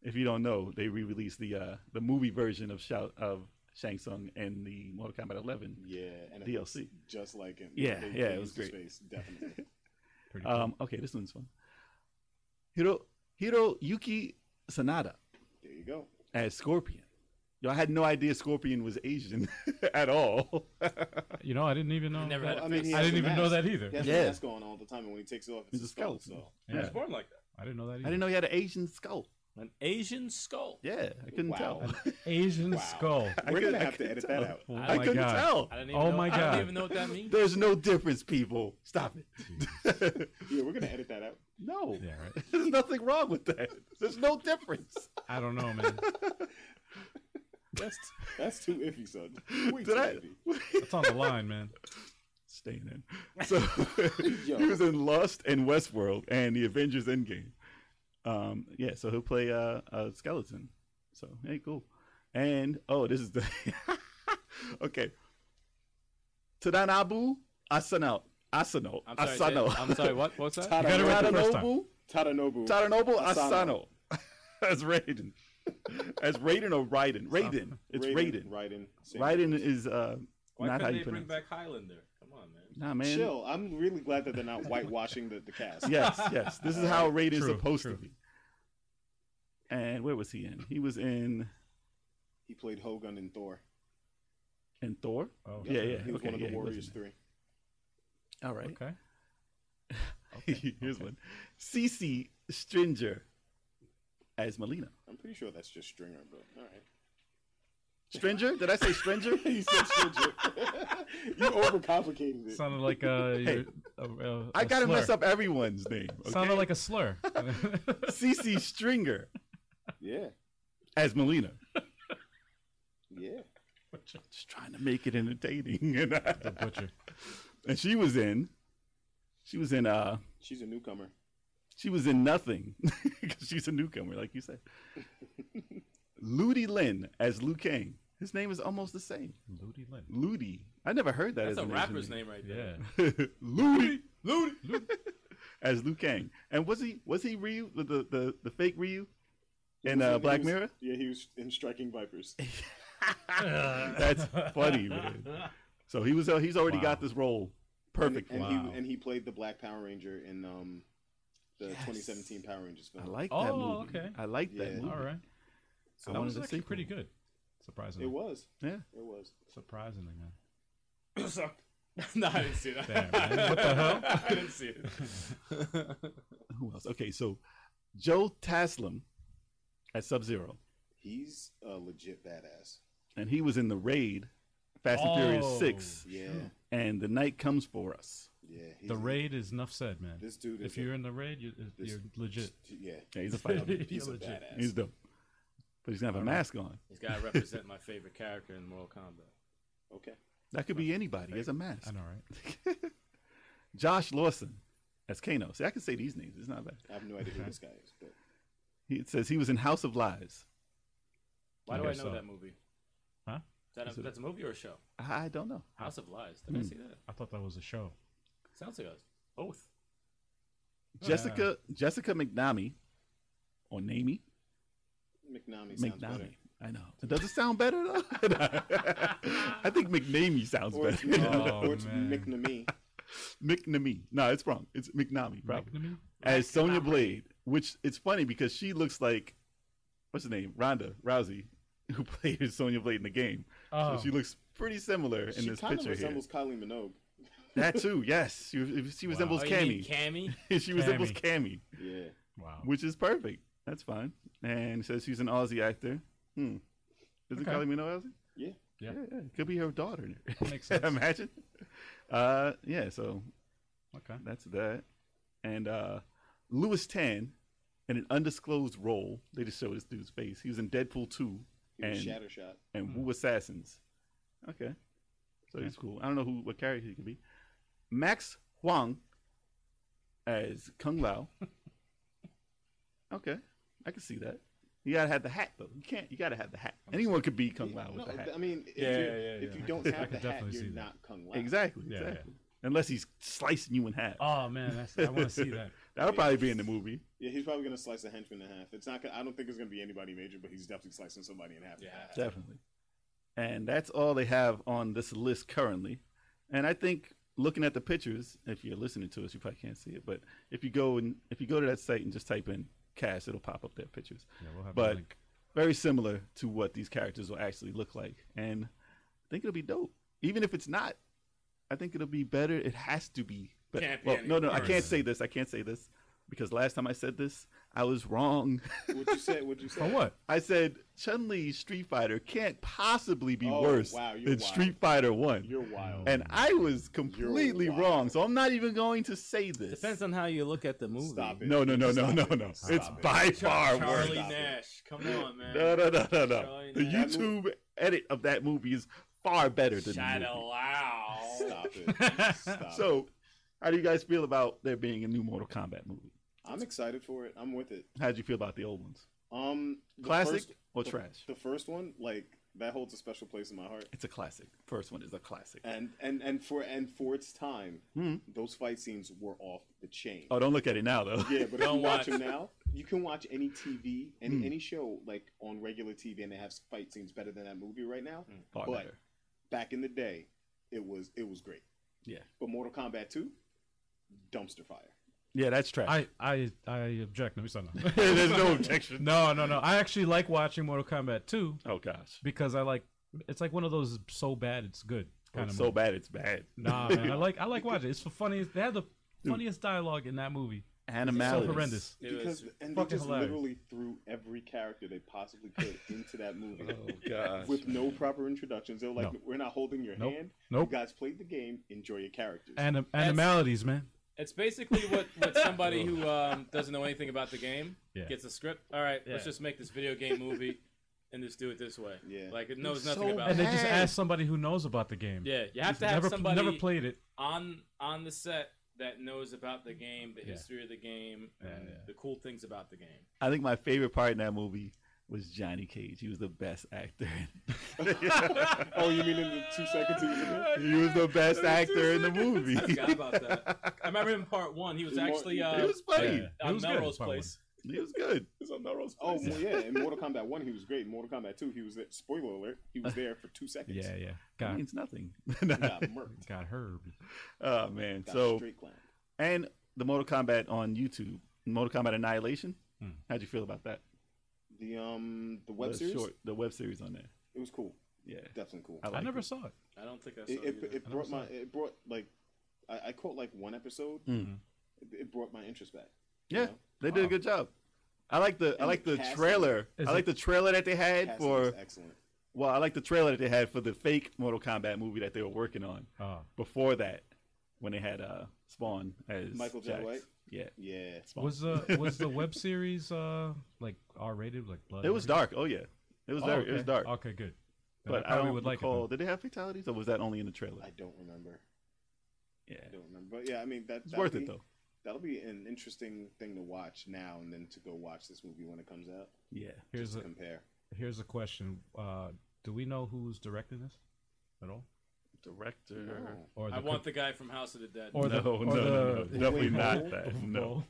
Speaker 4: If you don't know, they re-released the uh, the movie version of Shao of Shang Tsung and the Mortal Kombat 11
Speaker 6: Yeah, and it looks
Speaker 4: DLC.
Speaker 6: just like him.
Speaker 4: Yeah, yeah, it was
Speaker 6: used his
Speaker 4: great.
Speaker 6: Face, definitely.
Speaker 5: Pretty cool.
Speaker 4: Um, okay, this one's fun. Hiro Hiro Yuki Sanada.
Speaker 6: there you go.
Speaker 4: as Scorpion. Yo, I had no idea Scorpion was Asian at all.
Speaker 5: you know, I didn't even know.
Speaker 7: never
Speaker 5: that-
Speaker 7: had
Speaker 6: I mean, he
Speaker 5: I
Speaker 6: has
Speaker 5: didn't
Speaker 6: the
Speaker 5: even know
Speaker 6: mask.
Speaker 5: that either.
Speaker 6: He has
Speaker 4: Yeah.
Speaker 6: yeah, that's going on all the time, and when he takes it off,
Speaker 4: He's
Speaker 6: it's
Speaker 4: a
Speaker 6: a skull.
Speaker 4: skeleton.
Speaker 6: So
Speaker 7: I
Speaker 5: Yeah.
Speaker 7: was born like that.
Speaker 5: I didn't know that
Speaker 4: I
Speaker 5: either.
Speaker 4: didn't know he had an Asian skull.
Speaker 7: An Asian skull.
Speaker 4: Yeah, I couldn't
Speaker 6: Wow.
Speaker 4: tell.
Speaker 5: Asian
Speaker 6: Wow.
Speaker 5: skull.
Speaker 4: I
Speaker 6: we're
Speaker 4: couldn't-
Speaker 6: gonna
Speaker 4: I
Speaker 6: have to
Speaker 4: couldn't
Speaker 6: edit
Speaker 4: tell.
Speaker 6: that out.
Speaker 5: Oh
Speaker 4: I
Speaker 5: my
Speaker 4: couldn't
Speaker 5: God.
Speaker 4: tell.
Speaker 7: I don't even
Speaker 5: Oh
Speaker 7: know,
Speaker 5: my
Speaker 7: I
Speaker 5: God.
Speaker 7: don't even know what that means.
Speaker 4: There's no difference, people. Stop it.
Speaker 6: Yeah, we're gonna edit that out.
Speaker 4: no,
Speaker 5: Yeah, right.
Speaker 4: there's nothing wrong with that. There's no difference.
Speaker 5: I don't know, man.
Speaker 6: That's that's too iffy, son. Way
Speaker 4: Did
Speaker 6: too
Speaker 4: I?
Speaker 6: iffy.
Speaker 5: It's on the line, man.
Speaker 4: Staying in. So
Speaker 6: Yo.
Speaker 4: he was in Lost and Westworld and the Avengers Endgame. Um, yeah, so he'll play uh, a skeleton. So hey, cool. And oh, this is the okay. Tadanabu Asano Asano.
Speaker 7: I'm sorry.
Speaker 4: Asano.
Speaker 7: Jay- I'm sorry. What? What's that?
Speaker 6: Tada,
Speaker 2: gotta read the first time.
Speaker 6: Nobu, Tadanobu.
Speaker 4: Tadanobu Asano.
Speaker 6: Asano.
Speaker 4: That's Raiden. That's Raiden or Raiden. Raiden. It's Raiden.
Speaker 6: Raiden. same
Speaker 4: Raiden is uh,
Speaker 7: Why
Speaker 4: not how
Speaker 7: couldn't
Speaker 4: you
Speaker 7: they
Speaker 4: pronounce
Speaker 7: bring
Speaker 4: it.
Speaker 7: back Highlander? Come on, man.
Speaker 4: Nah, man.
Speaker 6: Chill. I'm really glad that they're not whitewashing the, the cast.
Speaker 4: Yes, yes. This is how Raiden is
Speaker 5: True,
Speaker 4: supposed
Speaker 5: true.
Speaker 4: to be. And where was he in? He was in
Speaker 6: He played Hogan in Thor.
Speaker 4: in Thor.
Speaker 2: Oh,
Speaker 4: yeah, yeah.
Speaker 6: He was
Speaker 4: okay,
Speaker 6: one of
Speaker 4: yeah,
Speaker 6: the
Speaker 4: he was in
Speaker 6: Warriors
Speaker 4: there.
Speaker 6: Three.
Speaker 4: All right.
Speaker 2: Okay.
Speaker 4: Here's one. Cece Stringer as Melina.
Speaker 6: I'm pretty sure that's just Stringer, but all right.
Speaker 4: Stringer? Did I say Stringer?
Speaker 6: he said Stringer. you overcomplicated it.
Speaker 2: Sounded like uh, a.
Speaker 4: Hey,
Speaker 2: a, uh, a-
Speaker 4: I
Speaker 2: a
Speaker 4: gotta mess
Speaker 2: slur.
Speaker 4: up everyone's name. Okay?
Speaker 2: Sounded like a slur.
Speaker 4: Cece Stringer
Speaker 6: Yeah,
Speaker 4: as Melina.
Speaker 6: yeah.
Speaker 4: Just trying to make it entertaining, and, I-
Speaker 2: Butcher.
Speaker 4: and she was in. She was in. Uh,
Speaker 6: She's a newcomer.
Speaker 4: she was in nothing 'Cause she's a newcomer, like you said. Ludi Lin as Liu Kang. His name is almost the same.
Speaker 2: Ludi Lin.
Speaker 4: Ludi. I never heard that. as
Speaker 7: That's a
Speaker 4: an
Speaker 7: rapper's
Speaker 4: Asian
Speaker 7: name right there.
Speaker 2: Yeah.
Speaker 4: name. Ludi. Ludi. as Liu Kang. And was he was he Ryu the the, the, the fake Ryu in uh,
Speaker 6: He
Speaker 4: Black
Speaker 6: was-
Speaker 4: Mirror?
Speaker 6: Yeah, he was in Striking Vipers.
Speaker 4: That's funny, man. So he was uh, he's already got this role perfect.
Speaker 6: And,
Speaker 4: wow.
Speaker 6: he, and he played the Black Power Ranger in um, the 2017 Power Rangers film.
Speaker 4: I like that
Speaker 2: Oh,
Speaker 4: movie.
Speaker 2: okay.
Speaker 4: I like that
Speaker 6: Yeah.
Speaker 4: movie.
Speaker 2: All right. that
Speaker 4: I wanted
Speaker 2: was
Speaker 4: to
Speaker 2: actually
Speaker 4: see
Speaker 2: pretty
Speaker 4: it.
Speaker 2: good. Surprisingly.
Speaker 6: It was.
Speaker 4: Yeah.
Speaker 6: It was.
Speaker 2: Surprisingly, man.
Speaker 7: no, I didn't see that.
Speaker 2: Damn, man. What the hell?
Speaker 7: I didn't see it.
Speaker 4: Who else? Okay, so Joe Taslim at Sub Zero,
Speaker 6: He's a legit badass.
Speaker 4: and he was in the Raid, Fast and Furious
Speaker 2: Oh.
Speaker 4: Six,
Speaker 6: Yeah,
Speaker 4: and The Night Comes for Us.
Speaker 6: yeah. He's,
Speaker 2: The raid is enough said, man.
Speaker 6: This dude is.
Speaker 2: if you're in the raid, you,
Speaker 6: this-
Speaker 2: you're legit.
Speaker 6: yeah.
Speaker 4: Yeah, he's a fighter.
Speaker 6: He's a
Speaker 2: legit.
Speaker 6: badass.
Speaker 4: he's dope, but he's gonna have a mask on.
Speaker 7: He's got to represent my favorite character in Mortal Kombat.
Speaker 6: okay.
Speaker 4: That could be anybody. He has a mask.
Speaker 2: I know, right?
Speaker 4: Josh Lawson as Kano. See, I can say these names. It's not bad.
Speaker 6: I have no idea who this guy is, but
Speaker 4: He it says he was in House of Lies.
Speaker 7: Why do
Speaker 2: Okay,
Speaker 7: I know
Speaker 2: so-
Speaker 7: that movie?
Speaker 2: Huh?
Speaker 7: Is that a, that's a movie or a show?
Speaker 4: I don't know.
Speaker 7: House of Lies. Did I
Speaker 2: Hmm.
Speaker 7: see that?
Speaker 2: I thought that was a show.
Speaker 7: Sounds like a oath.
Speaker 4: Jessica Jessica McNamee, or Namie.
Speaker 6: McNamee sounds better.
Speaker 4: McNamee. I know. Does it sound better though? I think McNamee sounds
Speaker 6: Or it's,
Speaker 4: better.
Speaker 2: Oh,
Speaker 6: or it's
Speaker 2: man.
Speaker 6: McNamee.
Speaker 4: McNamee. No, it's wrong. It's McNamee. Probably.
Speaker 2: Magnum?
Speaker 4: As Sonya Blade, which it's funny because she looks like what's her name? Ronda Rousey, who played Sonya Blade in the game.
Speaker 2: Oh.
Speaker 4: So she looks pretty similar in
Speaker 6: she
Speaker 4: this
Speaker 6: kind of
Speaker 4: picture here.
Speaker 6: resembles Kylie Minogue.
Speaker 4: That too, yes. She, she resembles
Speaker 7: Oh, you mean
Speaker 4: Cammy.
Speaker 7: Cammy?
Speaker 4: she resembles Cammy,
Speaker 6: Yeah.
Speaker 2: Wow.
Speaker 4: which is perfect. That's fine. And it says she's an Aussie actor. Hmm. Is it
Speaker 2: Okay.
Speaker 4: Kylie Minogue Aussie?
Speaker 6: Yeah.
Speaker 2: Yeah.
Speaker 4: Yeah, yeah. Could be her daughter.
Speaker 2: Makes sense.
Speaker 4: Imagine. Uh, yeah, so
Speaker 2: Okay.
Speaker 4: that's that. And uh, Louis Tan, in an undisclosed role, they just showed this dude's face. He was in Deadpool 2
Speaker 6: He was
Speaker 4: and,
Speaker 6: Shattershot.
Speaker 4: and Wu Assassins. Okay. So he's cool. I don't know who what character he can be. Max Huang as Kung Lao. okay. I can see that. You gotta have the hat though. You can't. You gotta have the hat. Anyone could be Kung Lao with
Speaker 6: No,
Speaker 4: the hat.
Speaker 6: I mean, if,
Speaker 2: Yeah,
Speaker 6: you,
Speaker 2: yeah,
Speaker 6: if
Speaker 2: yeah.
Speaker 6: you
Speaker 2: I
Speaker 6: don't
Speaker 2: could- I
Speaker 6: have
Speaker 2: could
Speaker 6: the hat,
Speaker 2: definitely
Speaker 6: you're
Speaker 2: see that.
Speaker 6: not Kung Lao.
Speaker 4: Exactly.
Speaker 2: Yeah,
Speaker 4: exactly. Unless he's slicing you in half.
Speaker 2: Oh man, that's, I want to see that.
Speaker 4: That'll probably be in the movie.
Speaker 6: Yeah, he's probably gonna slice a henchman in half. It's not. Gonna, I don't think it's gonna be anybody major, but he's definitely slicing somebody in half.
Speaker 7: Yeah.
Speaker 4: Definitely. And that's all they have on this list currently. And I think looking at the pictures, if you're listening to us, you probably can't see it, but if you go and if you go to that site and just type in cast, it'll pop up their pictures.
Speaker 2: Yeah, we'll have a
Speaker 4: but
Speaker 2: link.
Speaker 4: very similar to what these characters will actually look like. And I think it'll be dope. Even if it's not, I think it'll be better. It has to be better.
Speaker 7: Can't be
Speaker 4: well,
Speaker 7: any
Speaker 4: no, no, I
Speaker 7: worse.
Speaker 4: can't say this. I can't say this because last time I said this, I was wrong.
Speaker 6: What you say? What you say?
Speaker 2: For what?
Speaker 4: I said Chun Li's Street Fighter can't possibly be
Speaker 6: Oh,
Speaker 4: worse
Speaker 6: wow, you're
Speaker 4: than
Speaker 6: wild.
Speaker 4: Street Fighter One,
Speaker 6: You're wild.
Speaker 4: and I was completely
Speaker 6: wild.
Speaker 4: wrong. So I'm not even going to say this.
Speaker 7: Depends on how you look at the movie.
Speaker 6: Stop it.
Speaker 4: no, no, no, no,
Speaker 6: Stop
Speaker 4: no,
Speaker 6: it.
Speaker 4: no.
Speaker 6: Stop
Speaker 4: it's
Speaker 6: it.
Speaker 4: by far worse.
Speaker 7: Charlie
Speaker 6: Stop it.
Speaker 7: Nash. Come on, man.
Speaker 4: No, no, no, no, no.
Speaker 7: Charlie
Speaker 4: The
Speaker 7: Nash.
Speaker 4: YouTube edit of that movie is far better than the movie.
Speaker 7: Shadow Wow.
Speaker 6: Stop it. Stop it.
Speaker 4: So, how do you guys feel about there being a new Mortal Kombat movie?
Speaker 6: I'm excited for it. I'm with it.
Speaker 4: How'd you feel about the old ones?
Speaker 6: Um, the
Speaker 4: Classic
Speaker 6: first-
Speaker 4: or
Speaker 6: the-
Speaker 4: trash?
Speaker 6: The first one, like that holds a special place in my heart.
Speaker 4: It's a classic. First one is a classic.
Speaker 6: And and and for and for its time,
Speaker 4: Hmm.
Speaker 6: those fight scenes were off the chain.
Speaker 4: Oh, don't look at it now though.
Speaker 6: Yeah, but if you watch
Speaker 5: watch.
Speaker 6: them now, you can watch any TV,
Speaker 2: Hmm.
Speaker 6: any any show like on regular TV, and they have fight scenes better than that movie right now.
Speaker 7: Hmm.
Speaker 4: Far
Speaker 6: but
Speaker 4: better.
Speaker 6: back in the day, it was it was great.
Speaker 4: Yeah.
Speaker 6: But Mortal Kombat 2, dumpster fire.
Speaker 4: Yeah, that's trash.
Speaker 2: I, I I object. Let me stop now.
Speaker 4: There's no objection.
Speaker 2: no, no, no. I actually like watching Mortal Kombat 2
Speaker 4: Oh gosh.
Speaker 2: because I like it's like one of those so bad it's good
Speaker 7: Oh,
Speaker 2: kind of
Speaker 4: so bad it's bad.
Speaker 2: Nah, man. I like I like watching. it. It's the funniest. They have the funniest dialogue in that movie.
Speaker 4: Animality.
Speaker 2: So horrendous.
Speaker 7: It
Speaker 6: Because
Speaker 7: was,
Speaker 6: and they
Speaker 2: fucking
Speaker 6: just
Speaker 2: hilarious.
Speaker 6: literally threw every character they possibly could into that movie.
Speaker 2: Oh,
Speaker 4: gosh.
Speaker 6: With no proper introductions, they're like, "We're not holding your
Speaker 2: Nope.
Speaker 6: hand.
Speaker 2: Nope.
Speaker 6: You guys played the game. Enjoy your characters."
Speaker 2: Anim- animalities, man.
Speaker 7: it's basically what, what somebody who um, doesn't know anything about the game
Speaker 2: Yeah.
Speaker 7: gets a script. All right, let's
Speaker 2: Yeah.
Speaker 7: just make this video game movie and just do it this way.
Speaker 6: Yeah.
Speaker 7: Like it knows nothing about
Speaker 2: And
Speaker 7: it.
Speaker 2: they just ask somebody who knows about the game.
Speaker 7: Yeah, you have to have
Speaker 2: never,
Speaker 7: somebody
Speaker 2: never played it.
Speaker 7: on on the set that knows about the game, the
Speaker 2: Yeah.
Speaker 7: history of the game, and the cool things about the game.
Speaker 4: I think my favorite part in that movie was Johnny Cage. He was the best actor.
Speaker 6: oh, you mean in the two seconds he was in it?
Speaker 4: he was the best actor in the movie.
Speaker 7: I forgot about that. I remember in part one, he was
Speaker 6: Mar-
Speaker 7: actually uh,
Speaker 4: It was funny.
Speaker 2: Yeah. It
Speaker 7: on
Speaker 2: was good,
Speaker 7: Melrose
Speaker 2: part
Speaker 7: Place.
Speaker 4: He was good.
Speaker 6: Oh, well, yeah. In Mortal Kombat 1, he was great. In Mortal Kombat 2, he was there. Spoiler alert, he was there for two seconds.
Speaker 2: Yeah, yeah.
Speaker 4: It
Speaker 2: Got
Speaker 4: means nothing.
Speaker 6: He got murked.
Speaker 2: got herb.
Speaker 4: oh man.
Speaker 6: Got
Speaker 4: So
Speaker 6: straight clown.
Speaker 4: and the Mortal Kombat on YouTube, Mortal Kombat Annihilation.
Speaker 2: Hmm.
Speaker 4: How'd you feel about that?
Speaker 6: The um the web
Speaker 4: the
Speaker 6: series,
Speaker 4: short, the web series on there.
Speaker 6: it was cool.
Speaker 4: Yeah,
Speaker 6: Definitely cool.
Speaker 4: I,
Speaker 2: I
Speaker 4: like
Speaker 2: never
Speaker 4: it.
Speaker 2: saw it.
Speaker 7: I don't think I saw
Speaker 6: it,
Speaker 7: it.
Speaker 6: it, it brought my it brought like I, I caught like one episode.
Speaker 4: Mhm.
Speaker 6: It, it brought my interest back. you
Speaker 4: Yeah,
Speaker 6: know?
Speaker 4: they did a good job. I like the I
Speaker 6: And
Speaker 4: like
Speaker 6: the
Speaker 4: the
Speaker 6: casting-
Speaker 4: trailer.
Speaker 2: Is
Speaker 4: I like
Speaker 2: it-
Speaker 4: the trailer that they had
Speaker 6: Casting
Speaker 4: for
Speaker 6: was excellent.
Speaker 4: well, I like the trailer that they had for the fake Mortal Kombat movie that they were working on
Speaker 2: Oh,
Speaker 4: before that, when they had uh Spawn as
Speaker 6: Michael J.
Speaker 4: Jax.
Speaker 6: White?
Speaker 4: Yeah,
Speaker 6: Yeah.
Speaker 4: Spawn.
Speaker 2: was the was the web series uh like R rated like blood?
Speaker 4: it was
Speaker 2: and
Speaker 4: dark. Oh yeah, it was
Speaker 2: everything?
Speaker 4: dark.
Speaker 2: Oh,
Speaker 4: It was
Speaker 2: okay.
Speaker 4: dark.
Speaker 2: Okay, good. Then
Speaker 4: But
Speaker 2: I
Speaker 4: I,
Speaker 2: probably
Speaker 4: don't
Speaker 2: would like it.
Speaker 4: recall.
Speaker 2: though.
Speaker 4: did they have fatalities or was that only in the trailer?
Speaker 6: I don't remember.
Speaker 4: yeah,
Speaker 6: I don't remember. But yeah, I mean that
Speaker 4: it's
Speaker 6: that'll
Speaker 4: worth
Speaker 6: be-
Speaker 4: it though.
Speaker 6: That'll be an interesting thing to watch now and then to go watch this movie when it comes out.
Speaker 4: Yeah,
Speaker 2: Here's a
Speaker 6: Compare.
Speaker 2: here's a question. Uh, do we know who's directing this at all?
Speaker 4: director.
Speaker 6: Oh.
Speaker 2: Or
Speaker 7: I
Speaker 2: the
Speaker 7: want the guy from House of the Dead.
Speaker 2: or the,
Speaker 4: no,
Speaker 2: or
Speaker 4: no, no, no,
Speaker 2: the-
Speaker 4: definitely
Speaker 6: Wait,
Speaker 4: not
Speaker 6: no?
Speaker 4: that. No,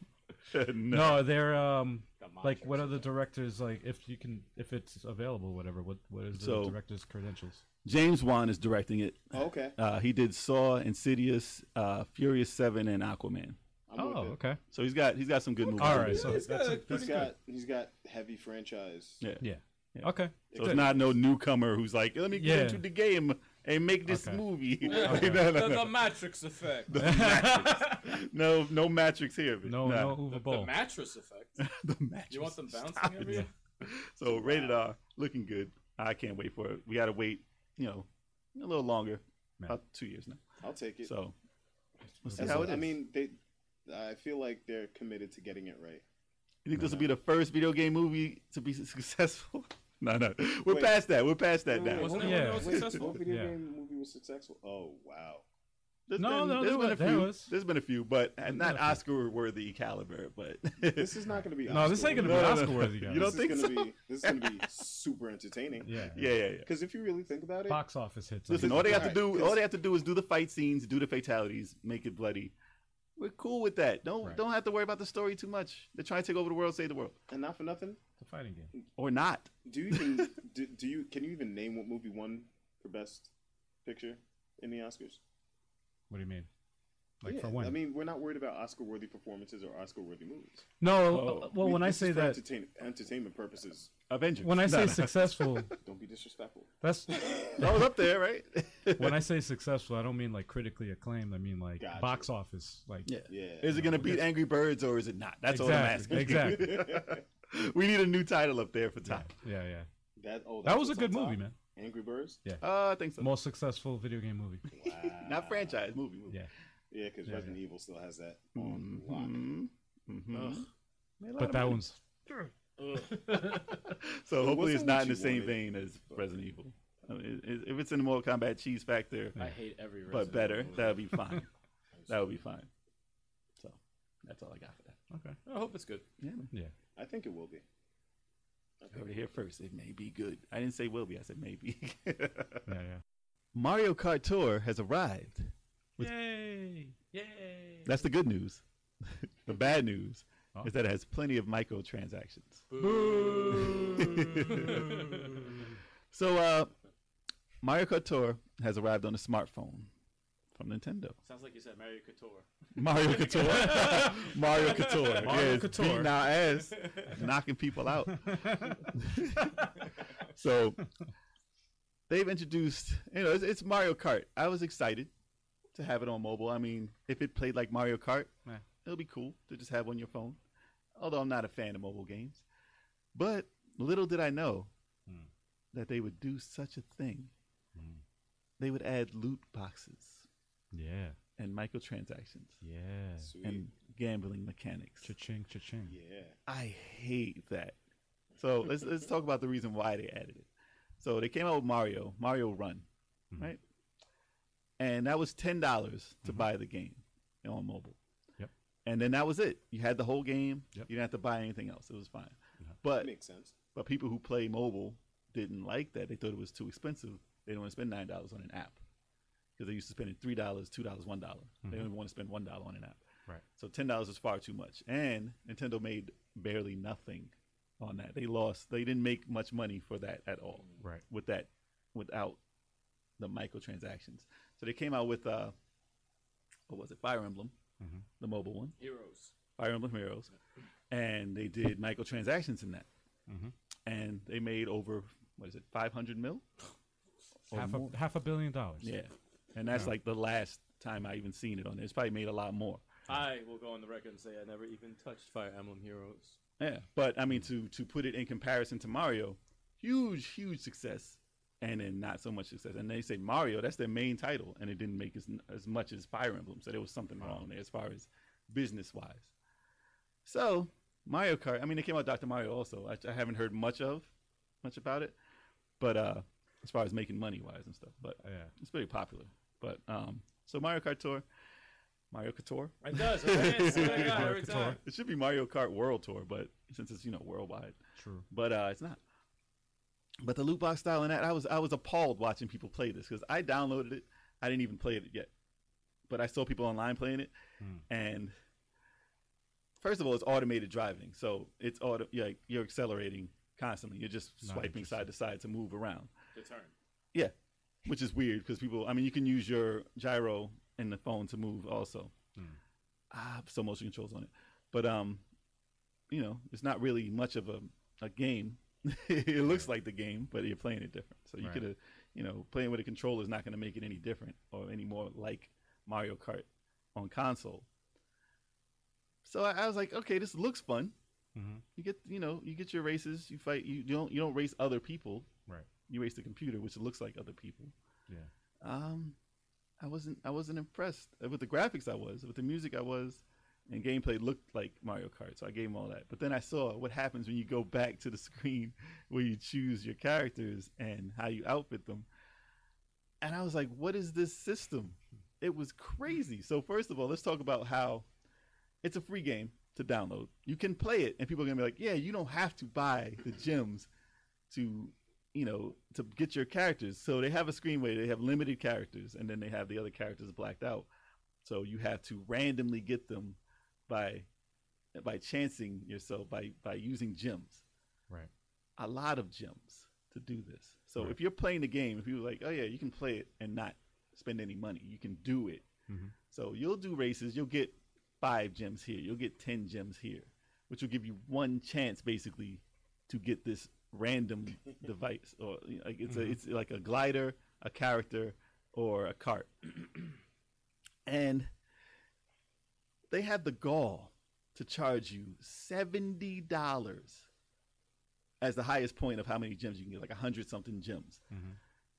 Speaker 2: no,
Speaker 4: no.
Speaker 2: they're um
Speaker 7: The
Speaker 2: like
Speaker 7: monsters.
Speaker 2: what are the directors like if you can if it's available whatever what what is the
Speaker 4: So-
Speaker 2: director's credentials?
Speaker 4: James Wan is directing it.
Speaker 6: Oh, Okay.
Speaker 4: Uh, he did Saw, Insidious, uh, Furious Seven, and Aquaman.
Speaker 6: I'm
Speaker 2: Oh,
Speaker 6: with it.
Speaker 2: okay.
Speaker 4: So he's got he's got some good movies.
Speaker 2: All
Speaker 4: under
Speaker 2: right,
Speaker 4: his
Speaker 2: so
Speaker 4: belt.
Speaker 2: that's, a, that's
Speaker 6: He's
Speaker 2: good.
Speaker 6: got he's got heavy franchise.
Speaker 4: Yeah.
Speaker 2: Yeah.
Speaker 4: Yeah.
Speaker 2: Okay.
Speaker 4: so it's not no newcomer who's like, let me get
Speaker 2: Yeah.
Speaker 4: into the game and make this
Speaker 2: Okay.
Speaker 4: movie.
Speaker 7: Yeah.
Speaker 4: Like, no,
Speaker 7: the,
Speaker 4: no,
Speaker 7: the
Speaker 4: no.
Speaker 7: Matrix effect.
Speaker 4: The Matrix. no, no Matrix here. but
Speaker 2: No,
Speaker 4: nah.
Speaker 2: no Uwe
Speaker 7: The
Speaker 2: Boll.
Speaker 7: mattress effect.
Speaker 4: the Matrix.
Speaker 7: You want them
Speaker 4: Stop
Speaker 7: bouncing
Speaker 4: it.
Speaker 7: every year?
Speaker 4: So rated R, looking good. I can't wait for it. We got to wait, you know, a little longer,
Speaker 2: Man.
Speaker 4: about two years now.
Speaker 6: I'll take it.
Speaker 4: So we'll see
Speaker 6: That's
Speaker 4: how
Speaker 6: what-
Speaker 4: it is.
Speaker 6: I mean, they. I feel like they're committed to getting it right.
Speaker 4: You think this will be the first video game movie to be successful? no, no. We're
Speaker 6: Wait.
Speaker 4: past that. We're past that
Speaker 6: Wait,
Speaker 4: now.
Speaker 7: Wasn't
Speaker 2: Yeah.
Speaker 7: that one that was
Speaker 6: Wait,
Speaker 7: successful?
Speaker 6: what video
Speaker 2: Yeah.
Speaker 6: game movie was successful? Oh wow!
Speaker 4: There's
Speaker 2: No,
Speaker 4: been,
Speaker 2: no,
Speaker 4: there's
Speaker 2: there
Speaker 4: been
Speaker 2: wa-
Speaker 4: a
Speaker 2: there
Speaker 4: few.
Speaker 2: was.
Speaker 4: There's been a few, but
Speaker 2: been
Speaker 4: and not
Speaker 2: a
Speaker 4: Oscar-worthy caliber. But
Speaker 6: This is not going to be.
Speaker 2: No, this
Speaker 6: Oscar
Speaker 2: ain't gonna be
Speaker 6: worthy.
Speaker 4: No, no, no.
Speaker 2: Oscar worthy, guys.
Speaker 4: You don't
Speaker 6: This
Speaker 4: think
Speaker 6: is
Speaker 4: so?
Speaker 6: gonna be. This is going to be super entertaining.
Speaker 2: Yeah.
Speaker 4: yeah, yeah, yeah.
Speaker 6: Because if you really think about it,
Speaker 2: Box office hits. I
Speaker 4: Listen,
Speaker 2: guess.
Speaker 4: all they have to
Speaker 6: Alright,
Speaker 4: do,
Speaker 6: 'cause-
Speaker 4: all they have to do is do the fight scenes, do the fatalities, make it bloody. We're cool with that. Don't
Speaker 2: Right.
Speaker 4: don't have to worry about the story too much. They're trying to take over the world, save the world,
Speaker 6: and not for nothing,
Speaker 2: It's a fighting game.
Speaker 4: or not.
Speaker 6: do you even do, do you can you even name what movie won for best picture in the Oscars?
Speaker 2: What do you mean? Like
Speaker 6: Yeah,
Speaker 2: for when?
Speaker 6: I mean, we're not worried about Oscar-worthy performances or Oscar-worthy movies.
Speaker 2: no.
Speaker 4: Oh,
Speaker 2: uh, well,
Speaker 6: We-
Speaker 2: when I
Speaker 6: this is
Speaker 2: say
Speaker 6: for
Speaker 2: that,
Speaker 6: entertain, entertainment purposes,
Speaker 4: Avengers.
Speaker 2: when I
Speaker 4: No,
Speaker 2: say
Speaker 4: no.
Speaker 2: successful,
Speaker 6: don't be disrespectful.
Speaker 2: that's
Speaker 4: that was up there, right?
Speaker 2: when I say successful. I don't mean like critically acclaimed. I mean like
Speaker 6: Gotcha.
Speaker 2: box office. Like
Speaker 4: yeah.
Speaker 6: Yeah.
Speaker 4: Is it gonna beat Angry Birds or is it not? That's all I'm asking.
Speaker 2: Exactly,
Speaker 4: we need a new title up there for top.
Speaker 2: yeah, yeah.
Speaker 6: That oh,
Speaker 2: That
Speaker 6: that's
Speaker 2: was a
Speaker 6: what's
Speaker 2: good
Speaker 6: on
Speaker 2: movie,
Speaker 6: top?
Speaker 2: man.
Speaker 6: Angry Birds.
Speaker 4: Uh, I think so.
Speaker 2: Most successful video game movie.
Speaker 4: Not franchise movie. movie.
Speaker 2: Yeah.
Speaker 6: Yeah, because
Speaker 2: Yeah,
Speaker 6: Resident Evil still has that on lock.
Speaker 4: Mhm. Mhm. Made a lot
Speaker 2: But
Speaker 4: of
Speaker 2: that
Speaker 4: money.
Speaker 2: one's
Speaker 4: So hopefully it's
Speaker 6: wasn't
Speaker 4: not
Speaker 6: what
Speaker 4: in the
Speaker 6: you
Speaker 4: same
Speaker 6: wanted.
Speaker 4: vein as Resident Evil. I mean, i- i- if it's in Mortal Kombat Cheese Factor,
Speaker 7: I hate every Resident
Speaker 4: but better,
Speaker 7: Evil
Speaker 4: that would
Speaker 7: movie.
Speaker 4: be fine. that would be fine. So that's all I got for that.
Speaker 2: okay.
Speaker 7: I hope it's good.
Speaker 4: Yeah. man.
Speaker 2: Yeah.
Speaker 6: I think it will be. I
Speaker 4: You heard it here first. It may be good. I didn't say will be. I said maybe.
Speaker 2: Yeah, yeah.
Speaker 4: Mario Kart Tour has arrived.
Speaker 5: Yay! Yay!
Speaker 4: That's the good news. the bad news is that it has plenty of microtransactions. so, uh, Mario Kart Tour has arrived on a smartphone from Nintendo.
Speaker 7: Sounds like you said Mario Couture.
Speaker 4: Mario Couture. Mario Couture.
Speaker 5: Mario
Speaker 4: yes,
Speaker 5: Couture.
Speaker 4: Beating our ass, knocking people out. so they've introduced, you know, it's, it's Mario Kart. I was excited to have it on mobile. I mean, if it played like Mario Kart,
Speaker 2: Yeah.
Speaker 4: it'll be cool to just have on your phone. Although I'm not a fan of mobile games. But little did I know
Speaker 2: Hmm.
Speaker 4: that they would do such a thing.
Speaker 2: Hmm.
Speaker 4: They would add loot boxes
Speaker 2: Yeah.
Speaker 4: and microtransactions
Speaker 2: Yeah.
Speaker 6: Sweet.
Speaker 4: and gambling mechanics.
Speaker 2: Cha-ching, cha-ching.
Speaker 6: yeah.
Speaker 4: I hate that. So let's let's talk about the reason why they added it. So they came out with Mario, Mario Run,
Speaker 2: Mhm.
Speaker 4: right? And that was ten dollars to buy the game on mobile.
Speaker 2: Mm-hmm. Yep.
Speaker 4: And then that was it. You had the whole game.
Speaker 2: Yep.
Speaker 4: You didn't have to buy anything else. It was fine. But
Speaker 6: That makes sense.
Speaker 4: but people who play mobile didn't like that. They thought it was too expensive. They didn't want to spend nine dollars on an app because they used to spend it three dollars, two dollars, one They didn't want to spend one dollar on an app.
Speaker 2: Right.
Speaker 4: So ten dollars is far too much. And Nintendo made barely nothing on that. They lost. They didn't make much money for that at all.
Speaker 2: Right.
Speaker 4: With that, without the microtransactions. So they came out with uh, what was it? Fire Emblem,
Speaker 2: Mhm.
Speaker 4: the mobile one.
Speaker 7: Heroes.
Speaker 4: Fire Emblem Heroes, and they did microtransactions in that,
Speaker 2: Mhm.
Speaker 4: and they made over what is it, five hundred mil? Or
Speaker 2: Half a,
Speaker 4: more.
Speaker 2: half a billion dollars.
Speaker 4: Yeah, and that's like the last time I even seen it on there. It's probably made a lot more.
Speaker 7: I will go on the record and say I never even touched Fire Emblem Heroes.
Speaker 4: Yeah, but I mean to to put it in comparison to Mario, huge huge success, and then not so much success. And they say Mario, that's their main title, and it didn't make as as much as Fire Emblem. So there was something wrong there as far as business wise. So Mario Kart, I mean, they came out Dr. Mario also. I, I haven't heard much of much about it, but uh, as far as making money wise and stuff, but
Speaker 2: Yeah.
Speaker 4: it's pretty popular. But um, so Mario Kart Tour, Mario Couture.
Speaker 7: It does. It is. Oh my God,
Speaker 2: Mario
Speaker 7: every
Speaker 2: Couture.
Speaker 7: time.
Speaker 4: It should be Mario Kart World Tour, but since it's you know worldwide,
Speaker 2: True.
Speaker 4: but uh, it's not. But the loot box style and that, I was I was appalled watching people play this because I downloaded it. I didn't even play it yet, but I saw people online playing it,
Speaker 2: Hmm.
Speaker 4: and first of all, it's automated driving, so it's auto. You're, like, you're accelerating constantly. You're just
Speaker 2: Not
Speaker 4: swiping side to side to move around.
Speaker 7: The turn.
Speaker 4: Yeah, which is weird because people. I mean, you can use your gyro in the phone to move also. Ah, so motion controls on it, but um, you know, it's not really much of a a game. it looks like the game, but you're playing it different. So you
Speaker 2: Right.
Speaker 4: could have, you know, playing with a controller is not going to make it any different or any more like Mario Kart on console. So I, I was like, okay, this looks fun.
Speaker 2: Mhm.
Speaker 4: You get, you know, you get your races. You fight. You, you don't. You don't race other people
Speaker 2: Right.
Speaker 4: you race the computer, which looks like other people.
Speaker 2: Yeah.
Speaker 4: Um, I wasn't I wasn't impressed with the graphics. I was with the music. I was, and gameplay looked like Mario Kart, so I gave him all that. But then I saw what happens when you go back to the screen where you choose your characters and how you outfit them, and I was like, "What is this system?" It was crazy. So first of all, let's talk about how it's a free game to download. You can play it, and people are gonna be like, "Yeah, you don't have to buy the gems to you know, to get your characters. So they have a screen where they have limited characters, and then they have the other characters blacked out. So you have to randomly get them by by chancing yourself by by using gems.
Speaker 2: Right.
Speaker 4: A lot of gems to do this. So
Speaker 2: Right.
Speaker 4: if you're playing the game, if you're like, oh yeah, you can play it and not spend any money. You can do it.
Speaker 2: Mhm.
Speaker 4: So you'll do races. You'll get five gems here. You'll get ten gems here, which will give you one chance basically to get this random device or you know, like it's a it's like a glider, a character, or a cart. and they have the gall to charge you seventy dollars as the highest point of how many gems you can get, like hundred something gems.
Speaker 2: Mhm.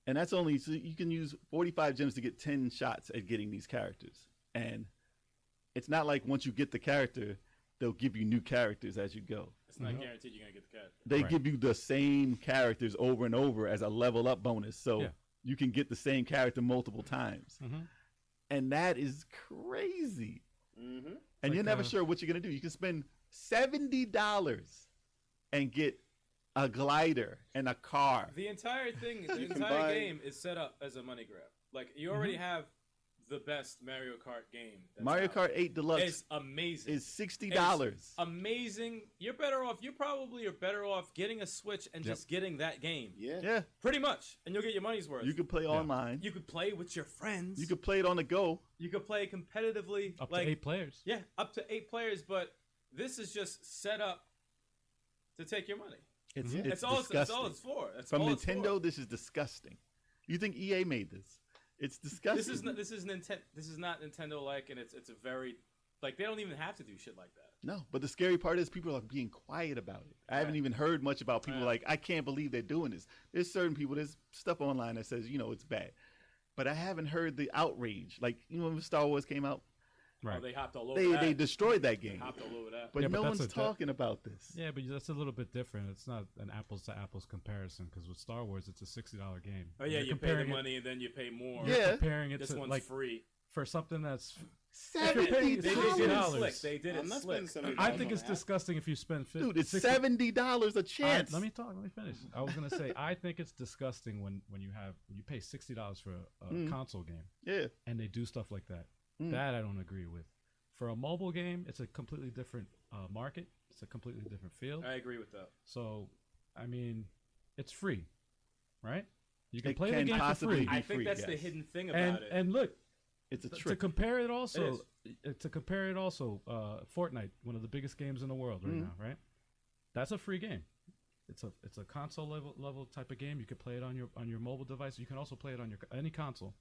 Speaker 4: And that's only so you can use forty five gems to get ten shots at getting these characters. And it's not like once you get the character, they'll give you new characters as you go
Speaker 7: It's
Speaker 2: Mm-hmm.
Speaker 7: not guaranteed you're gonna get the cat.
Speaker 4: they
Speaker 2: Right.
Speaker 4: give you the same characters over and over as a level up bonus so
Speaker 2: Yeah.
Speaker 4: you can get the same character multiple times
Speaker 2: Mhm.
Speaker 4: and that is crazy
Speaker 6: Mm-hmm.
Speaker 4: and
Speaker 2: like,
Speaker 4: you're never
Speaker 2: uh,
Speaker 4: sure what you're going to do you can spend $70 and get a glider, and a car.
Speaker 7: The entire thing, the
Speaker 6: can
Speaker 7: entire
Speaker 6: buy-
Speaker 7: game is set up as a money grab. Like you already have the best Mario Kart game. that's
Speaker 4: Mm-hmm. Mario
Speaker 7: out.
Speaker 4: Kart 8 Deluxe
Speaker 7: is amazing.
Speaker 4: is sixty dollars.
Speaker 7: Uh, amazing. You're better off. You probably are better off getting a Switch and just getting that game.
Speaker 6: Yeah.
Speaker 4: Yeah,
Speaker 7: Pretty much, and you'll get your money's worth.
Speaker 4: you could play online.
Speaker 7: you could play with your friends.
Speaker 4: You could play it on the go.
Speaker 7: you could play competitively.
Speaker 2: Up
Speaker 7: like
Speaker 2: to eight players.
Speaker 7: yeah, up to eight players. But this is just set up to take your money.
Speaker 4: It's
Speaker 7: That's
Speaker 4: Mhm. it's
Speaker 7: all. It's,
Speaker 4: disgusting.
Speaker 7: that's all it's for. That's
Speaker 4: From
Speaker 7: all it's for.
Speaker 4: Nintendo, this is disgusting. You think EA made this? It's disgusting.
Speaker 7: This is not, this is Nintendo. This is not Nintendo like, and it's it's a very like they don't even have to do shit like that.
Speaker 4: no, but the scary part is people are being quiet about it. I haven't even heard much about people like I can't believe they're doing this. There's certain people. There's stuff online that says you know it's bad, but I haven't heard the outrage. Like you know when Star Wars came out,
Speaker 7: Oh, they hopped all over
Speaker 4: they
Speaker 7: that.
Speaker 4: they destroyed that
Speaker 7: They
Speaker 4: game.
Speaker 7: hopped all over that.
Speaker 4: But
Speaker 2: Yeah, but
Speaker 4: no
Speaker 2: that's
Speaker 4: one's
Speaker 2: a de-
Speaker 4: talking about this.
Speaker 2: Yeah, but that's a little bit different. It's not an apples to apples comparison because with Star Wars, it's a sixty dollar game.
Speaker 7: Oh
Speaker 2: You're
Speaker 7: yeah, you pay the
Speaker 2: comparing it-
Speaker 7: money and then you pay more.
Speaker 4: Yeah.
Speaker 2: Comparing it
Speaker 7: This
Speaker 2: to
Speaker 7: one's
Speaker 2: like
Speaker 7: free.
Speaker 2: for something that's
Speaker 7: They,
Speaker 2: you're
Speaker 4: Seventy
Speaker 2: paying-
Speaker 7: did it
Speaker 4: dollars,
Speaker 2: $60.
Speaker 7: slick. They did
Speaker 6: I'm
Speaker 7: it
Speaker 6: not
Speaker 7: slick.
Speaker 6: spending seventy.
Speaker 2: I
Speaker 6: dollars
Speaker 2: think
Speaker 6: on
Speaker 2: it's
Speaker 6: an app.
Speaker 2: disgusting if you spend fif-
Speaker 4: dude. It's
Speaker 2: 60
Speaker 4: seventy dollars a
Speaker 2: I-
Speaker 4: chance.
Speaker 2: let me talk. Let me finish. I was gonna say I think it's disgusting when when you have you pay sixty dollars for a, a
Speaker 4: Mm.
Speaker 2: console game
Speaker 4: yeah,
Speaker 2: and they do stuff like that.
Speaker 4: Mm.
Speaker 2: That I don't agree with. For a mobile game, it's a completely different uh, market. It's a completely different field.
Speaker 7: I agree with that.
Speaker 2: So, I mean, it's free, right? You can
Speaker 4: It
Speaker 2: play the
Speaker 4: can
Speaker 2: game for
Speaker 4: possibly
Speaker 2: free.
Speaker 4: be
Speaker 7: I think
Speaker 4: free,
Speaker 7: that's the
Speaker 4: yes.
Speaker 7: hidden thing about
Speaker 2: And
Speaker 7: it.
Speaker 2: and look,
Speaker 4: it's a
Speaker 2: t- to
Speaker 4: trick.
Speaker 2: compare it also
Speaker 7: It
Speaker 2: uh, to compare it also uh, Fortnite, one of the biggest games in the world
Speaker 4: Mm-hmm.
Speaker 2: right now, right? That's a free game. It's a it's a console level level type of game. You can play it on your on your mobile device. You can also play it on your co- any console.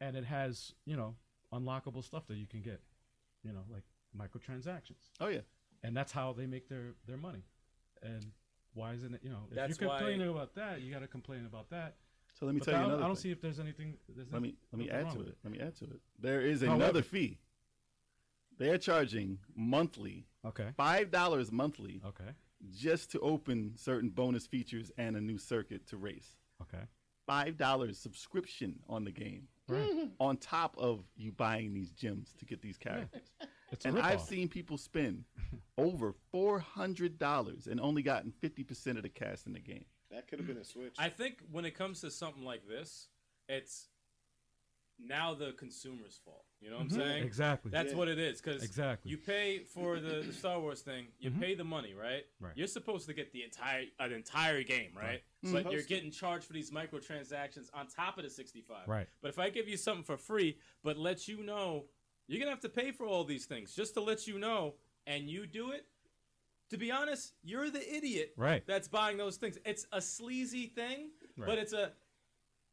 Speaker 2: And it has you know unlockable stuff that you can get, you know like microtransactions,
Speaker 4: oh yeah,
Speaker 2: and that's how they make their their money. And why isn't it you know if
Speaker 7: That's
Speaker 2: you're
Speaker 7: why-
Speaker 2: complaining about that, you got to complain about that.
Speaker 4: So let me
Speaker 2: But
Speaker 4: tell you
Speaker 2: I don't,
Speaker 4: another.
Speaker 2: I don't
Speaker 4: thing.
Speaker 2: see if there's anything. There's
Speaker 4: Let me
Speaker 2: anything-
Speaker 4: let me
Speaker 2: nothing
Speaker 4: add
Speaker 2: wrong
Speaker 4: to
Speaker 2: with
Speaker 4: it. Let me add to it. There is
Speaker 2: However-
Speaker 4: another fee. They're charging monthly,
Speaker 2: Okay.
Speaker 4: five dollars monthly,
Speaker 2: Okay.
Speaker 4: just to open certain bonus features and a new circuit to race.
Speaker 2: Okay.
Speaker 4: Five dollars subscription on the game,
Speaker 2: Right.
Speaker 4: on top of you buying these gems to get these characters.
Speaker 2: It's a
Speaker 4: And I've
Speaker 2: ripoff.
Speaker 4: seen people spend over four hundred dollars and only gotten fifty percent of the cast in the game.
Speaker 6: That could have been a switch.
Speaker 7: I think when it comes to something like this, it's now the consumer's fault. You know what I'm
Speaker 2: Mm-hmm.
Speaker 7: saying?
Speaker 2: Exactly.
Speaker 7: That's what it is. Because
Speaker 2: Exactly. Mm-hmm.
Speaker 7: you pay for the, the Star Wars thing, you pay the money, right?
Speaker 2: Right.
Speaker 7: You're supposed to get the entire an entire game, right? But you're getting charged for these microtransactions on top of the 65.
Speaker 2: Right.
Speaker 7: But if I give you something for free, but let you know you're gonna have to pay for all these things just to let you know, and you do it. To be honest, you're the idiot
Speaker 2: Right.
Speaker 7: that's buying those things. It's a sleazy thing, but
Speaker 2: Right.
Speaker 7: it's a,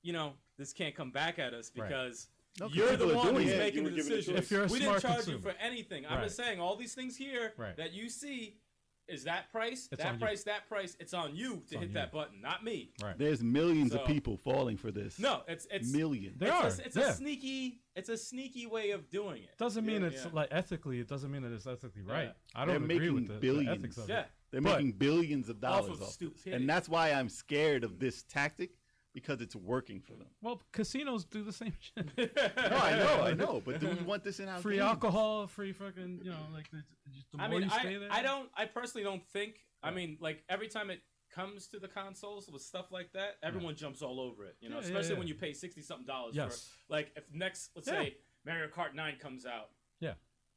Speaker 7: you know, this can't come back at us
Speaker 2: Right.
Speaker 7: because
Speaker 4: No, 'cause
Speaker 7: you're
Speaker 4: people
Speaker 7: the
Speaker 4: are
Speaker 7: one
Speaker 4: doing
Speaker 7: who's
Speaker 4: it.
Speaker 7: making
Speaker 6: You
Speaker 7: the
Speaker 6: were given a
Speaker 7: decision.
Speaker 6: choice. If
Speaker 2: you're a
Speaker 7: we
Speaker 2: smart
Speaker 7: didn't charge
Speaker 2: consumer.
Speaker 7: you for anything. I'm just saying all these things here
Speaker 2: Right.
Speaker 7: that you see is that price,
Speaker 2: It's on
Speaker 7: that
Speaker 2: you.
Speaker 7: price, that price. It's on you to
Speaker 2: on
Speaker 7: hit
Speaker 2: you.
Speaker 7: that button, not me.
Speaker 2: Right.
Speaker 4: There's millions
Speaker 7: So-
Speaker 4: of people falling for this.
Speaker 7: No, it's it's
Speaker 4: millions.
Speaker 2: There are.
Speaker 7: It's, a, it's
Speaker 2: yeah.
Speaker 7: a sneaky, it's a sneaky way of doing it.
Speaker 2: doesn't mean it's
Speaker 7: yeah.
Speaker 2: like ethically. It doesn't mean that it's ethically right. I
Speaker 4: They're
Speaker 2: don't agree
Speaker 4: making
Speaker 2: with the, the
Speaker 4: billions.
Speaker 2: ethics of
Speaker 7: Yeah,
Speaker 2: it.
Speaker 4: They're
Speaker 2: But-
Speaker 4: making billions of
Speaker 7: Off
Speaker 4: dollars
Speaker 7: of
Speaker 4: off, this.
Speaker 7: stupidity.
Speaker 4: and that's why I'm scared of this tactic because it's working for them.
Speaker 2: Well, casinos do the same shit.
Speaker 4: No, I know, I know, but do we want this in our
Speaker 2: free
Speaker 4: games?
Speaker 2: alcohol, free fucking. You know, like the, just the
Speaker 7: I
Speaker 2: more
Speaker 7: mean,
Speaker 2: you stay
Speaker 7: I,
Speaker 2: there.
Speaker 7: I don't. I personally don't think. I mean, like every time it comes to the consoles with stuff like that, everyone jumps all over it. You
Speaker 2: Yeah,
Speaker 7: know,
Speaker 2: yeah,
Speaker 7: especially
Speaker 2: yeah.
Speaker 7: when you pay sixty something dollars
Speaker 2: Yes.
Speaker 7: for like if next, let's
Speaker 2: Yeah.
Speaker 7: say Mario Kart Nine comes out.
Speaker 2: Yeah.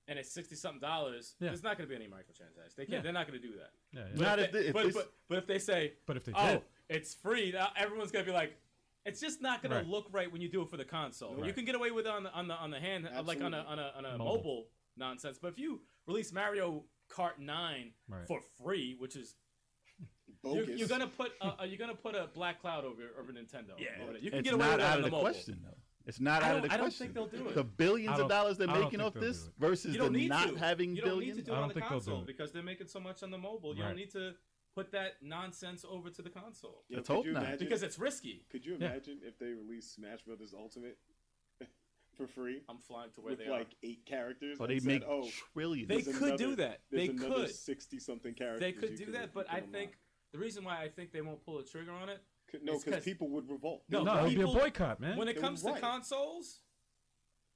Speaker 7: And it's sixty something dollars.
Speaker 2: Yeah.
Speaker 7: There's not going to be any microtransactions. They can't.
Speaker 2: Yeah.
Speaker 7: They're not going to do that.
Speaker 2: Yeah, yeah.
Speaker 7: But
Speaker 4: Not if
Speaker 7: they-
Speaker 4: thi- if
Speaker 7: but,
Speaker 4: this-
Speaker 7: but, but if they say,
Speaker 2: But if they
Speaker 7: oh,
Speaker 2: did.
Speaker 7: it's free, now everyone's going to be like. It's just not gonna
Speaker 2: Right.
Speaker 7: look right when you do it for the console. You
Speaker 2: Right.
Speaker 7: can get away with it on the on the on the hand, like on a on a on a
Speaker 2: Mobile.
Speaker 7: mobile mobile nonsense. But if you release Mario Kart Nine
Speaker 2: Right.
Speaker 7: for free, which is you're,
Speaker 6: Bogus.
Speaker 7: you're gonna put a, you're gonna put a black cloud over over Nintendo. Yeah, you can
Speaker 4: It's
Speaker 7: get away
Speaker 4: not
Speaker 7: with that
Speaker 4: out
Speaker 7: on
Speaker 4: of the
Speaker 7: the mobile.
Speaker 4: question, though. It's not
Speaker 7: I
Speaker 4: out of
Speaker 7: don't-
Speaker 4: the
Speaker 7: I don't
Speaker 4: question.
Speaker 7: think they'll do it.
Speaker 4: The
Speaker 2: I
Speaker 4: billions
Speaker 2: don't-
Speaker 4: of dollars they're
Speaker 2: I don't
Speaker 4: making
Speaker 2: think
Speaker 4: off
Speaker 2: they'll
Speaker 4: this
Speaker 2: do it.
Speaker 4: versus
Speaker 7: You
Speaker 4: the
Speaker 7: don't need
Speaker 4: not
Speaker 7: to.
Speaker 4: having
Speaker 7: you don't need
Speaker 4: billions.
Speaker 7: to do
Speaker 2: I
Speaker 7: it on
Speaker 2: don't
Speaker 7: the
Speaker 2: think they'll do
Speaker 7: console
Speaker 2: it.
Speaker 7: because they're making so much on the mobile. You
Speaker 2: Right.
Speaker 7: don't need to put that nonsense over to the console
Speaker 6: Yo,
Speaker 4: Let's
Speaker 6: could
Speaker 4: hope
Speaker 6: you
Speaker 4: not.
Speaker 6: imagine-
Speaker 7: because it's risky.
Speaker 6: could you
Speaker 2: Yeah.
Speaker 6: imagine if they released Smash Brothers Ultimate for free
Speaker 7: I'm flying to where
Speaker 6: with
Speaker 7: they
Speaker 6: like eight characters?
Speaker 4: So they
Speaker 6: and said,
Speaker 4: make
Speaker 6: oh,
Speaker 4: trillions.
Speaker 7: They
Speaker 6: there's
Speaker 7: could do
Speaker 6: another-
Speaker 7: that.
Speaker 6: There's
Speaker 7: They
Speaker 6: another
Speaker 7: could.
Speaker 6: sixty something
Speaker 7: are.
Speaker 6: characters.
Speaker 7: They
Speaker 6: you
Speaker 7: could do
Speaker 6: can-
Speaker 7: that,
Speaker 6: you
Speaker 7: but
Speaker 6: can
Speaker 7: I
Speaker 6: unlock.
Speaker 7: think the reason why I think they won't pull the trigger on it
Speaker 6: Could- no,
Speaker 7: It's
Speaker 6: because
Speaker 7: 'cause-
Speaker 6: people would revolt.
Speaker 7: No,
Speaker 2: No, it'd be a
Speaker 7: people-
Speaker 2: boycott, man.
Speaker 7: when it
Speaker 6: They
Speaker 7: comes
Speaker 6: were
Speaker 7: to
Speaker 6: right.
Speaker 7: consoles.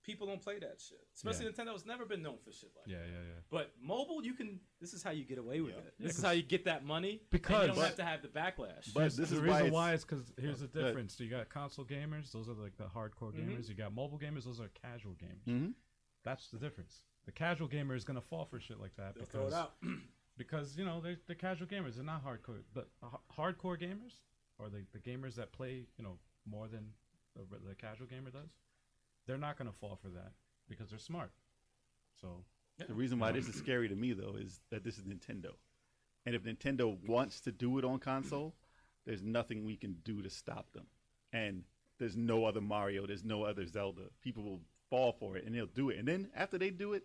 Speaker 7: People don't play that shit. Especially Nintendo's never been known for shit like
Speaker 2: Yeah,
Speaker 7: that.
Speaker 2: yeah, yeah.
Speaker 7: But mobile, you can. This is how you get away with
Speaker 6: Yeah.
Speaker 7: it. This is how you get that money. and
Speaker 2: Because-
Speaker 7: you don't
Speaker 2: But-
Speaker 7: have to have the backlash.
Speaker 4: But this
Speaker 2: the
Speaker 4: is
Speaker 2: reason
Speaker 4: why. It's, Oh,
Speaker 2: why is because here's the
Speaker 4: ahead.
Speaker 2: difference. So you got console gamers; those are like the hardcore
Speaker 7: Mm-hmm.
Speaker 2: gamers. You got mobile gamers; those are casual gamers.
Speaker 4: Mhm.
Speaker 2: That's the difference. The casual gamer is gonna fall for shit like that
Speaker 7: They'll throw
Speaker 2: because
Speaker 7: it out.
Speaker 2: because you know they're, they're casual gamers. They're not hardcore. The h- hardcore gamers or the, the gamers that play you know more than the, re- the casual gamer does. They're not gonna fall for that because they're smart. So
Speaker 4: The reason why this is scary to me though is that this is Nintendo, and if Nintendo wants to do it on console, there's nothing we can do to stop them. And there's no other Mario, there's no other Zelda. People will fall for it, and they'll do it. And then after they do it,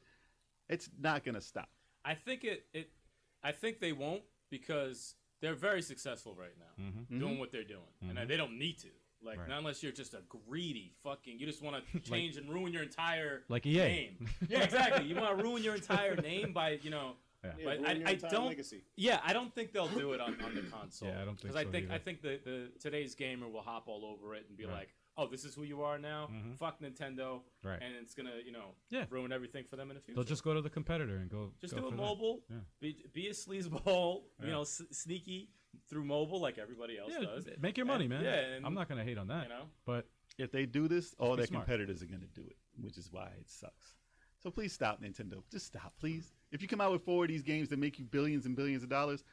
Speaker 4: it's not gonna stop.
Speaker 7: I think it, it I think they won't because they're very successful right now
Speaker 4: Mm-hmm.
Speaker 2: Mm-hmm.
Speaker 7: doing what they're doing. And they don't need to. Like not unless you're just a greedy fucking you just want to change and ruin your entire
Speaker 2: Like E EA.
Speaker 7: name. Yeah, exactly. You want to ruin your entire name by, you know,
Speaker 6: Yeah,
Speaker 7: but
Speaker 6: ruin
Speaker 7: I,
Speaker 6: your
Speaker 7: I
Speaker 6: entire
Speaker 7: don't
Speaker 6: Legacy.
Speaker 7: Yeah, I don't think they'll do it on, on the console.
Speaker 2: Yeah, I don't think
Speaker 7: I
Speaker 2: so
Speaker 7: think I
Speaker 2: either.
Speaker 7: think the, the today's gamer will hop all over it and be like, "Oh, this is who you are now. Fuck Nintendo."
Speaker 2: Mm-hmm. Right.
Speaker 7: And it's going to, you know,
Speaker 2: Yeah.
Speaker 7: ruin everything for them in the future.
Speaker 2: they'll just go to the competitor and go
Speaker 7: Just
Speaker 2: go
Speaker 7: do it
Speaker 2: for that.
Speaker 7: mobile.
Speaker 2: Yeah.
Speaker 7: Be, be a sleazeball, you know, s- sneaky through mobile like everybody else
Speaker 2: Yeah,
Speaker 7: does.
Speaker 2: make your money,
Speaker 7: And-
Speaker 2: man.
Speaker 7: yeah, and-
Speaker 2: I'm not gonna hate on that.
Speaker 7: You know?
Speaker 2: but
Speaker 4: If they do this, all
Speaker 2: be
Speaker 4: their
Speaker 2: smart.
Speaker 4: competitors are going to do it, which is why it sucks. So please stop, Nintendo. Just stop, please. If you come out with four of these games that make you billions and billions of dollars,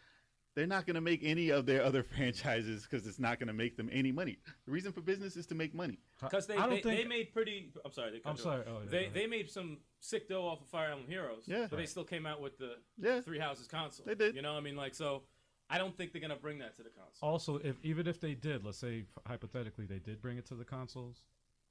Speaker 4: they're not going to make any of their other franchises because it's not going to make them any money. The reason for business is to make money.
Speaker 7: Because they,
Speaker 2: I don't
Speaker 7: they,
Speaker 2: think-
Speaker 7: they made pretty. I'm sorry. They cut
Speaker 2: I'm
Speaker 7: you off.
Speaker 2: sorry. Oh, yeah, go
Speaker 7: they,
Speaker 2: ahead.
Speaker 7: they made some sick dough off of Fire Emblem Heroes.
Speaker 4: Yeah.
Speaker 7: But they still came out with the
Speaker 4: Yeah.
Speaker 7: Three Houses console.
Speaker 4: They did.
Speaker 7: You know, what I mean, like, so I don't think they're going to bring that to the console.
Speaker 2: also if even if they did, let's say hypothetically they did bring it to the consoles,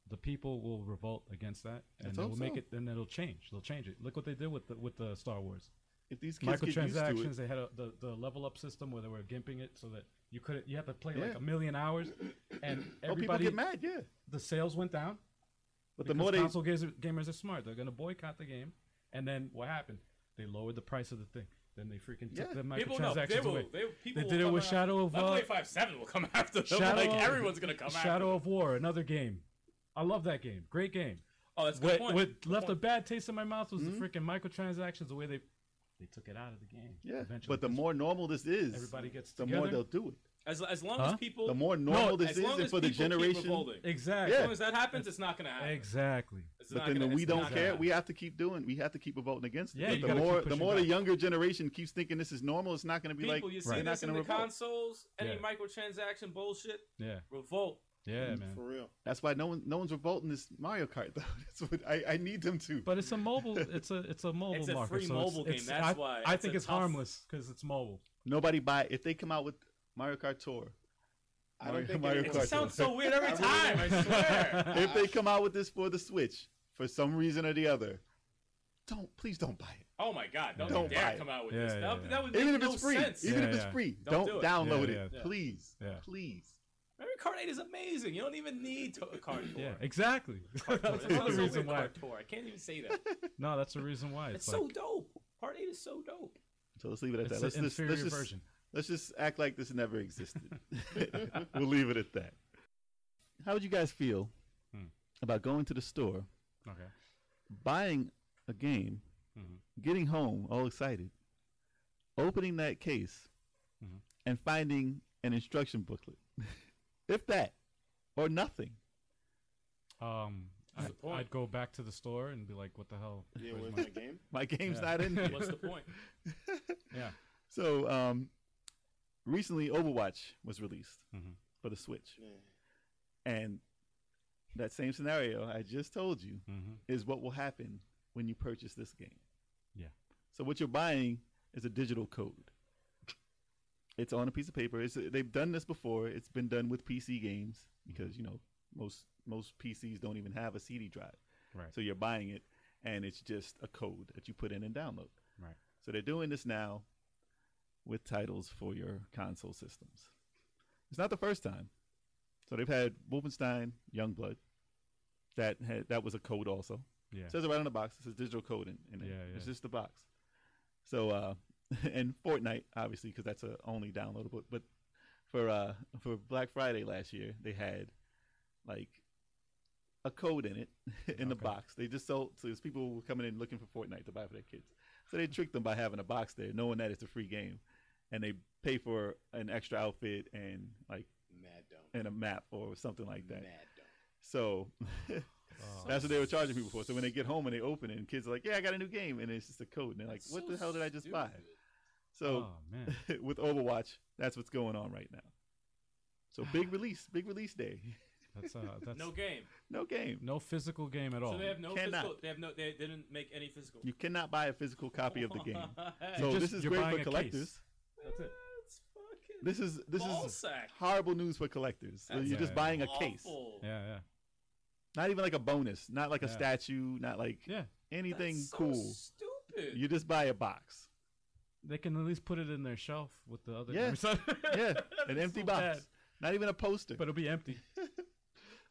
Speaker 2: the people will revolt against that, and
Speaker 4: Let's
Speaker 2: they will
Speaker 4: hope
Speaker 2: make
Speaker 4: so.
Speaker 2: it, and it'll change. They'll change it. Look what they did with the with the Star Wars
Speaker 4: If these kids get used to
Speaker 2: microtransactions.
Speaker 4: it, oh,
Speaker 2: They had a, the the level up system where they were gimping it so that you couldn't. You had to play like
Speaker 4: Yeah.
Speaker 2: a million hours, and
Speaker 4: oh, people
Speaker 2: everybody
Speaker 4: get mad, yeah.
Speaker 2: the sales went down.
Speaker 4: But the
Speaker 2: Because
Speaker 4: more they,
Speaker 2: console gamers, gamers are smart. They're gonna boycott the game, and then what happened? They lowered the price of the thing. Then they freaking took
Speaker 4: Yeah.
Speaker 2: the
Speaker 7: People know. They
Speaker 2: microtransactions
Speaker 7: will.
Speaker 2: away.
Speaker 7: They, people
Speaker 2: They
Speaker 7: will
Speaker 2: did it
Speaker 7: come
Speaker 2: with
Speaker 7: out-
Speaker 2: Shadow of,
Speaker 7: Level
Speaker 2: uh,
Speaker 7: 857 will come after them. like, everyone's going to come after
Speaker 2: Shadow of War, another game. I love that game. Great game.
Speaker 7: Oh, that's a
Speaker 2: What,
Speaker 7: good point.
Speaker 2: what
Speaker 7: Good
Speaker 2: left a
Speaker 7: point.
Speaker 2: bad taste in my mouth was
Speaker 4: Hmm?
Speaker 2: the freaking microtransactions. The way they they took it out of the game.
Speaker 4: yeah.
Speaker 2: Eventually,
Speaker 4: But the more normal this is,
Speaker 2: everybody gets
Speaker 4: the
Speaker 2: together.
Speaker 4: more they'll do it.
Speaker 7: As, as long
Speaker 2: Huh?
Speaker 7: as people.
Speaker 4: The more normal this
Speaker 7: as
Speaker 4: is,
Speaker 7: long
Speaker 4: and
Speaker 7: as
Speaker 4: for the
Speaker 7: people keep
Speaker 4: generation,
Speaker 7: revolting.
Speaker 2: exactly.
Speaker 7: As long as that happens, it's not going to happen.
Speaker 2: Exactly.
Speaker 7: It's
Speaker 4: But
Speaker 7: not
Speaker 4: then
Speaker 7: gonna-
Speaker 4: when we
Speaker 7: it's
Speaker 4: don't
Speaker 7: not
Speaker 4: care,
Speaker 7: gonna
Speaker 4: we have to keep doing. We have to keep voting against it.
Speaker 2: Yeah,
Speaker 4: But
Speaker 2: you
Speaker 4: the
Speaker 2: gotta keep
Speaker 4: more the
Speaker 2: pushing
Speaker 4: more the
Speaker 2: back.
Speaker 4: younger generation keeps thinking this is normal, it's not going to be
Speaker 7: people,
Speaker 4: like
Speaker 7: you see
Speaker 4: they're not
Speaker 7: this in
Speaker 4: going
Speaker 7: the
Speaker 4: to revolt.
Speaker 7: consoles, any
Speaker 2: Yeah.
Speaker 7: microtransaction bullshit,
Speaker 2: Yeah.
Speaker 7: revolt.
Speaker 2: Yeah,
Speaker 4: Hmm.
Speaker 2: man.
Speaker 6: For real.
Speaker 4: That's why no one no one's revolting this Mario Kart though. That's what I, I need them to.
Speaker 2: But it's a mobile. It's a it's a mobile
Speaker 7: It's a
Speaker 2: market,
Speaker 7: free
Speaker 2: so
Speaker 7: mobile game,
Speaker 2: it's, It's,
Speaker 7: that's
Speaker 2: I,
Speaker 7: why
Speaker 2: I
Speaker 7: it's
Speaker 2: think
Speaker 7: a
Speaker 2: it's
Speaker 7: tough-
Speaker 2: harmless because it's mobile.
Speaker 4: Nobody buy if they come out with Mario Kart Tour.
Speaker 6: I don't think
Speaker 4: Mario
Speaker 6: it
Speaker 7: It
Speaker 4: Kart
Speaker 7: just
Speaker 6: is.
Speaker 7: sounds so weird every
Speaker 6: I
Speaker 7: time, I swear.
Speaker 4: If they come out with this for the Switch for some reason or the other, don't please don't buy it.
Speaker 7: Oh my god, don't,
Speaker 4: Don't
Speaker 7: you dare
Speaker 4: buy it.
Speaker 7: come out with
Speaker 2: Yeah,
Speaker 7: this.
Speaker 2: yeah,
Speaker 7: that,
Speaker 2: yeah.
Speaker 7: that would
Speaker 4: Even
Speaker 7: make
Speaker 4: if
Speaker 7: no
Speaker 4: it's free,
Speaker 7: sense.
Speaker 4: even
Speaker 2: Yeah,
Speaker 4: if it's
Speaker 2: yeah.
Speaker 4: free,
Speaker 7: Don't
Speaker 4: don't,
Speaker 7: do it.
Speaker 4: download
Speaker 2: Yeah,
Speaker 4: it,
Speaker 7: yeah.
Speaker 4: please,
Speaker 2: Yeah.
Speaker 4: please.
Speaker 7: Mario Kart 8 is amazing. You don't even need to- a card tour.
Speaker 2: Yeah, exactly.
Speaker 7: Card
Speaker 2: that's
Speaker 7: tour. That sounds
Speaker 2: the
Speaker 7: so
Speaker 2: reason
Speaker 7: weird,
Speaker 2: why.
Speaker 7: card tour. I can't even say that.
Speaker 2: No, that's the reason why.
Speaker 7: It's
Speaker 2: It's,
Speaker 7: so
Speaker 2: like
Speaker 7: dope. Part 8 is so dope.
Speaker 4: So let's leave it at
Speaker 2: it's
Speaker 4: that. Let's
Speaker 2: an
Speaker 4: just,
Speaker 2: inferior
Speaker 4: let's, just,
Speaker 2: version.
Speaker 4: let's just act like this never existed. we'll leave it at that. How would you guys feel
Speaker 2: Hmm.
Speaker 4: about going to the store,
Speaker 2: Okay.
Speaker 4: buying a game,
Speaker 2: Mhm.
Speaker 4: getting home all excited, opening that case,
Speaker 2: Mhm.
Speaker 4: and finding an instruction booklet? if that, or nothing.
Speaker 2: Um, I,
Speaker 7: Disappoint.
Speaker 2: I'd go back to the store and be like, "What the hell?"
Speaker 6: Yeah,
Speaker 2: Where's
Speaker 6: where's
Speaker 2: my-
Speaker 6: my game?
Speaker 4: My game's
Speaker 2: Yeah.
Speaker 4: not in here.
Speaker 7: What's the point?
Speaker 2: yeah.
Speaker 4: So, um, recently Overwatch was released
Speaker 2: Mhm.
Speaker 4: for the Switch.
Speaker 6: Yeah.
Speaker 4: And that same scenario I just told you
Speaker 2: Mm-hmm.
Speaker 4: is what will happen when you purchase this game.
Speaker 2: Yeah.
Speaker 4: So what you're buying is a digital code. It's on a piece of paper. It's, they've done this before. It's been done with PC games because you
Speaker 2: Mm-hmm.
Speaker 4: know most most PCs don't even have a CD drive.
Speaker 2: Right.
Speaker 4: So you're buying it, and it's just a code that you put in and download.
Speaker 2: Right.
Speaker 4: So they're doing this now with titles for your console systems. It's not the first time. So they've had Wolfenstein, Youngblood. That had, that was a code also.
Speaker 2: Yeah.
Speaker 4: It says it right on the box. It says digital code in, in it.
Speaker 2: Yeah, yeah.
Speaker 4: It's just the box. So uh, and Fortnite obviously because that's a only downloadable. But for uh, for Black Friday last year, they had like a code in it in the box. They just sold so there's people who were coming in looking for Fortnite to buy for their kids. So they tricked them by having a box there, knowing that it's a free game, and they pay for an extra outfit and like
Speaker 6: Mad dumb.
Speaker 4: and a map or something like that.
Speaker 6: Mad dumb.
Speaker 4: So
Speaker 2: Oh.
Speaker 4: that's what they were charging people for. So when they get home and they open it, and kids are like, "Yeah, I got a new game," and it's just a code, and they're like, "What the hell did I just buy?" So
Speaker 2: Oh man.
Speaker 4: with Overwatch, that's what's going on right now. So big release, big release day.
Speaker 2: That's uh that's
Speaker 7: No
Speaker 2: no,
Speaker 7: game.
Speaker 4: No game.
Speaker 2: physical game at all.
Speaker 7: So they have no
Speaker 4: Cannot.
Speaker 7: physical. They have no. They didn't make any physical.
Speaker 4: You cannot buy a physical copy of the game.
Speaker 2: You
Speaker 4: So
Speaker 2: just-
Speaker 4: this is
Speaker 2: you're
Speaker 4: great
Speaker 2: buying a
Speaker 4: for
Speaker 2: case.
Speaker 4: collectors.
Speaker 7: That's it. That's fucking.
Speaker 4: This is this is
Speaker 7: Ballsack.
Speaker 4: horrible news for collectors. So
Speaker 7: That's
Speaker 4: you're just buying a case.
Speaker 7: awful.
Speaker 2: yeah, yeah.
Speaker 4: Not even like a bonus, not like a
Speaker 2: Yeah.
Speaker 4: statue, not like
Speaker 2: Yeah.
Speaker 4: anything
Speaker 7: That's so
Speaker 4: cool.
Speaker 7: Stupid.
Speaker 4: You just buy a box.
Speaker 2: They can at least put it in their shelf with the other
Speaker 4: Yeah. Yeah, an empty
Speaker 2: so
Speaker 4: box.
Speaker 2: bad.
Speaker 4: Not even a poster.
Speaker 2: But it'll be empty.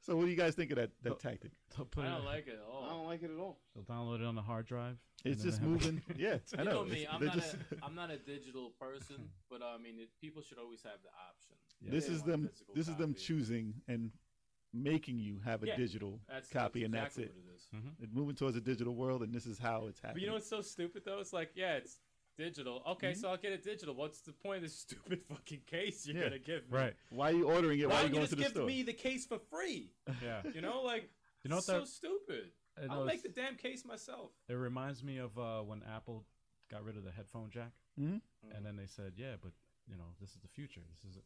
Speaker 4: so what do you guys think of that that tactic?
Speaker 2: They'll put
Speaker 7: I
Speaker 2: it
Speaker 7: don't
Speaker 2: in-
Speaker 7: like it at all.
Speaker 6: I don't like it at all.
Speaker 2: they'll download it on the hard drive. and
Speaker 4: It's
Speaker 2: then
Speaker 4: just
Speaker 2: they have a-
Speaker 4: moving. Yeah, I
Speaker 7: You
Speaker 4: know.
Speaker 7: know me.
Speaker 4: It's-
Speaker 7: I'm
Speaker 4: they're
Speaker 7: not,
Speaker 4: just-
Speaker 7: a, I'm not a digital person, but I mean, it, people should always have the option.
Speaker 4: this
Speaker 7: They
Speaker 4: is
Speaker 7: want a
Speaker 4: them.
Speaker 7: physical
Speaker 4: This is them
Speaker 7: copy.
Speaker 4: choosing and making you have a
Speaker 7: Yeah,
Speaker 4: digital
Speaker 7: That's
Speaker 4: copy,
Speaker 7: that's
Speaker 4: and
Speaker 7: exactly
Speaker 4: that's it.
Speaker 7: what it is.
Speaker 4: It's moving towards a digital world, and this is how it's
Speaker 7: But
Speaker 4: happening.
Speaker 7: you know what's so stupid though? It's like, yeah, it's digital. Okay,
Speaker 4: Hmm?
Speaker 7: so I'll get it digital. What's the point of this stupid fucking case you're
Speaker 4: Yeah,
Speaker 7: gonna give me?
Speaker 2: Right.
Speaker 4: Why are you ordering it? Why,
Speaker 7: Why
Speaker 4: are you
Speaker 7: don't
Speaker 4: going
Speaker 7: you
Speaker 4: to
Speaker 7: just
Speaker 4: the
Speaker 7: give
Speaker 4: store?
Speaker 7: me the case for free?
Speaker 2: Yeah.
Speaker 7: You know, like
Speaker 2: You know what
Speaker 7: so
Speaker 2: that-
Speaker 7: stupid.
Speaker 2: I know
Speaker 7: I'll make
Speaker 2: it's-
Speaker 7: the damn case myself.
Speaker 2: It reminds me of uh, when Apple got rid of the headphone jack,
Speaker 4: Mhm.
Speaker 2: and then they said, "Yeah, but you know, this is the future. This is."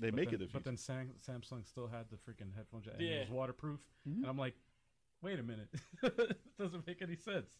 Speaker 4: They
Speaker 2: but
Speaker 4: make
Speaker 2: then,
Speaker 4: it. a
Speaker 2: But
Speaker 4: feature.
Speaker 2: then Sam- Samsung still had the freaking headphone jack, and it was
Speaker 7: Yeah.
Speaker 2: waterproof.
Speaker 4: Mm-hmm.
Speaker 2: And I'm like, "Wait a minute, it doesn't make any sense."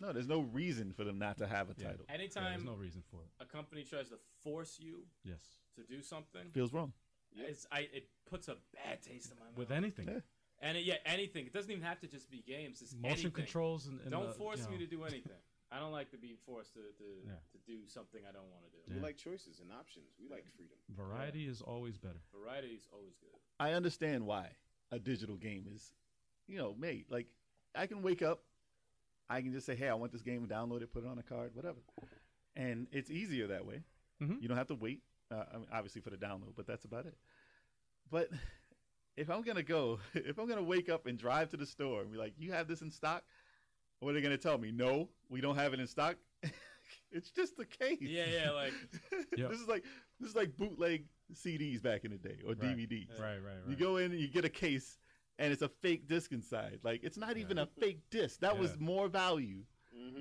Speaker 4: no, there's no reason for them not to have a
Speaker 2: Yeah.
Speaker 4: title.
Speaker 2: Yeah, there's
Speaker 7: Anytime
Speaker 2: no reason for it.
Speaker 7: a company tries to force you
Speaker 2: Yes,
Speaker 7: to do something,
Speaker 4: Feels wrong.
Speaker 7: it's, I, it puts a bad taste in my mouth.
Speaker 2: with anything,
Speaker 4: Yeah.
Speaker 7: and it, yeah, anything. It doesn't even have to just be games. It's
Speaker 2: motion
Speaker 7: anything.
Speaker 2: controls, and, and
Speaker 7: Don't
Speaker 2: the,
Speaker 7: force
Speaker 2: you
Speaker 7: me
Speaker 2: know,
Speaker 7: to do anything. I don't like to be forced to to,
Speaker 2: Yeah.
Speaker 7: to do something I don't want to do.
Speaker 2: Yeah.
Speaker 6: We like choices and options. We like freedom.
Speaker 2: Variety is always better.
Speaker 7: Variety is always good.
Speaker 4: I understand why a digital game is, you know, made. Like, I can wake up, I can just say, hey, I want this game, download it, put it on a card, whatever. And it's easier that way.
Speaker 2: Mhm.
Speaker 4: You don't have to wait, uh, I mean, obviously, for the download, but that's about it. But if I'm going to go, if I'm going to wake up and drive to the store and be like, you have this in stock, what are they going to tell me? No, we don't have it in stock. it's just the case.
Speaker 7: Yeah, yeah, like
Speaker 2: Yeah.
Speaker 4: This is like this is like bootleg CDs back in the day or DVDs.
Speaker 2: Right, right, right.
Speaker 4: You go in and you get a case, and it's a fake disc inside. Like it's not even a fake disc. That was
Speaker 2: Yeah. Mm-hmm.
Speaker 4: more value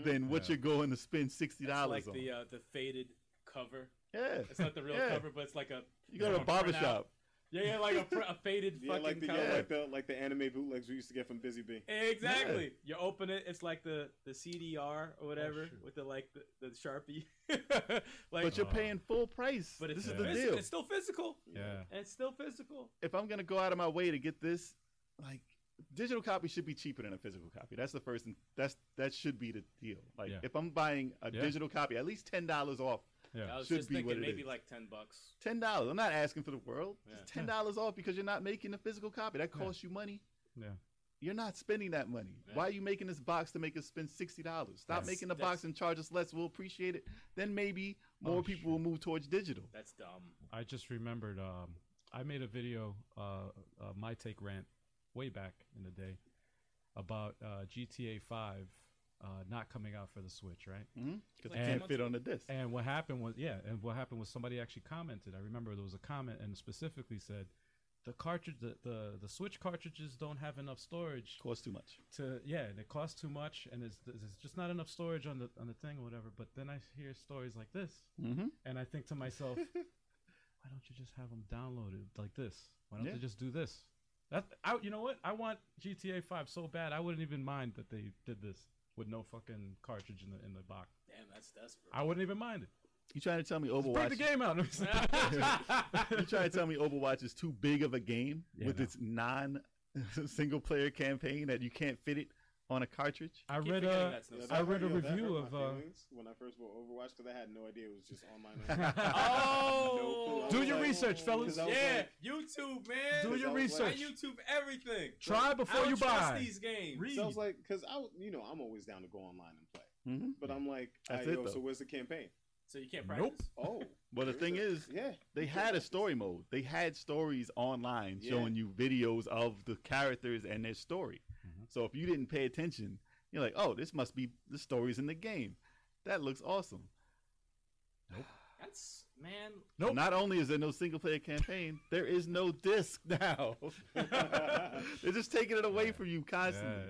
Speaker 4: than what
Speaker 2: Yeah.
Speaker 4: you're going to spend sixty dollars
Speaker 7: like
Speaker 4: on.
Speaker 7: the uh, the faded cover.
Speaker 4: yeah,
Speaker 7: It's not the real
Speaker 4: Yeah.
Speaker 7: cover, but it's like a
Speaker 4: you go to
Speaker 7: like
Speaker 4: a
Speaker 7: printout.
Speaker 4: barbershop.
Speaker 7: Yeah, yeah, like a, pr- a faded
Speaker 6: Yeah,
Speaker 7: fucking
Speaker 6: like the,
Speaker 7: cover.
Speaker 6: yeah, like the like the anime bootlegs we used to get from Busy Bee.
Speaker 7: Exactly. You open it, it's like the the CDR or whatever with the like the, the sharpie. like,
Speaker 4: But you're
Speaker 2: Uh-huh.
Speaker 4: paying full price.
Speaker 7: but it's
Speaker 4: this is
Speaker 7: physical.
Speaker 4: the deal.
Speaker 7: It's still physical.
Speaker 2: Yeah.
Speaker 7: And it's still physical.
Speaker 4: If I'm gonna go out of my way to get this, like digital copy should be cheaper than a physical copy. That's the first. And that's that should be the deal. Like
Speaker 2: Yeah.
Speaker 4: if I'm buying a
Speaker 2: Yeah.
Speaker 4: digital copy, at least ten dollars off
Speaker 2: Yeah.
Speaker 7: I was
Speaker 4: Should
Speaker 7: just
Speaker 4: be what
Speaker 7: thinking
Speaker 4: it
Speaker 7: maybe
Speaker 4: is.
Speaker 7: like ten bucks.
Speaker 4: ten dollars. I'm not asking for the world.
Speaker 7: Yeah.
Speaker 4: Just ten dollars off because you're not making a physical copy. That costs you money.
Speaker 2: Yeah.
Speaker 4: You're not spending that money. Why are you making this box to make us spend sixty dollars? Stop
Speaker 7: That's-
Speaker 4: making the
Speaker 7: that's-
Speaker 4: box and charge us less. We'll appreciate it. Then maybe more
Speaker 2: Oh,
Speaker 4: people
Speaker 2: sure.
Speaker 4: will move towards digital.
Speaker 7: That's dumb.
Speaker 2: I just remembered um, I made a video, uh, uh, my take rant, way back in the day about uh, GTA 5 uh, not coming out for the Switch, right?
Speaker 4: Because
Speaker 7: Like
Speaker 4: it can't
Speaker 7: two
Speaker 4: fit on the disc.
Speaker 2: And what happened was, yeah, and what happened was somebody actually commented. I remember there was a comment and specifically said, the cartridge, the, the, the Switch cartridges don't have enough storage
Speaker 4: Costs too much.
Speaker 2: to yeah, and it costs too much, and there's, there's just not enough storage on the on the thing or whatever. But then I hear stories like this,
Speaker 4: Mhm.
Speaker 2: and I think to myself, why don't you just have them downloaded like this? Why don't
Speaker 4: Yeah.
Speaker 2: they just do this? That I, you know what? I want GTA Five so bad, I wouldn't even mind that they did this with no fucking cartridge in the in the box.
Speaker 7: Damn, that's desperate.
Speaker 2: I wouldn't even mind it.
Speaker 4: You trying to tell me
Speaker 2: Bring the
Speaker 4: Overwatch?
Speaker 2: game out.
Speaker 4: You trying to tell me Overwatch is too big of a game
Speaker 2: Yeah,
Speaker 4: with
Speaker 2: no.
Speaker 4: its non single player campaign that you can't fit it on a cartridge?
Speaker 2: I
Speaker 7: Keep
Speaker 2: read uh,
Speaker 7: forgetting
Speaker 2: a
Speaker 7: that's no
Speaker 6: Yeah,
Speaker 7: secret.
Speaker 2: I read a
Speaker 6: yo, that
Speaker 2: review
Speaker 6: hurt
Speaker 2: of,
Speaker 6: my
Speaker 2: uh,
Speaker 6: feelings when I first bought Overwatch because I had no idea it was just online. I
Speaker 7: Oh,
Speaker 6: No clue.
Speaker 2: do
Speaker 6: was
Speaker 2: your
Speaker 6: like-
Speaker 2: research, fellas.
Speaker 6: Because I was
Speaker 7: yeah,
Speaker 6: like-
Speaker 7: YouTube, man.
Speaker 2: Do
Speaker 6: because
Speaker 2: your
Speaker 6: I was
Speaker 7: I
Speaker 6: like-
Speaker 2: research.
Speaker 7: YouTube everything.
Speaker 2: Try
Speaker 7: I
Speaker 2: before
Speaker 7: don't
Speaker 2: you
Speaker 7: trust
Speaker 2: buy.
Speaker 7: these games.
Speaker 2: Read.
Speaker 6: so I was like, because I, you know, I'm always down to go online and play,
Speaker 4: Mhm.
Speaker 6: but I'm like,
Speaker 4: That's
Speaker 6: "Aight,
Speaker 4: it,
Speaker 6: yo,
Speaker 4: though.
Speaker 6: so where's the campaign?
Speaker 7: so you can't practice.
Speaker 6: Oh,
Speaker 4: But the
Speaker 6: there's
Speaker 4: thing
Speaker 6: a-
Speaker 4: is,
Speaker 6: yeah,
Speaker 4: they had a story mode. They had stories online
Speaker 6: Yeah.
Speaker 4: showing you videos of the characters and their story.
Speaker 2: Mm-hmm.
Speaker 4: So if you didn't pay attention, you're like, "Oh, this must be the stories in the game. That looks awesome."
Speaker 7: That's man.
Speaker 4: Nope. Not only is there no single player campaign, there is no disc now. They're just taking it away from you constantly.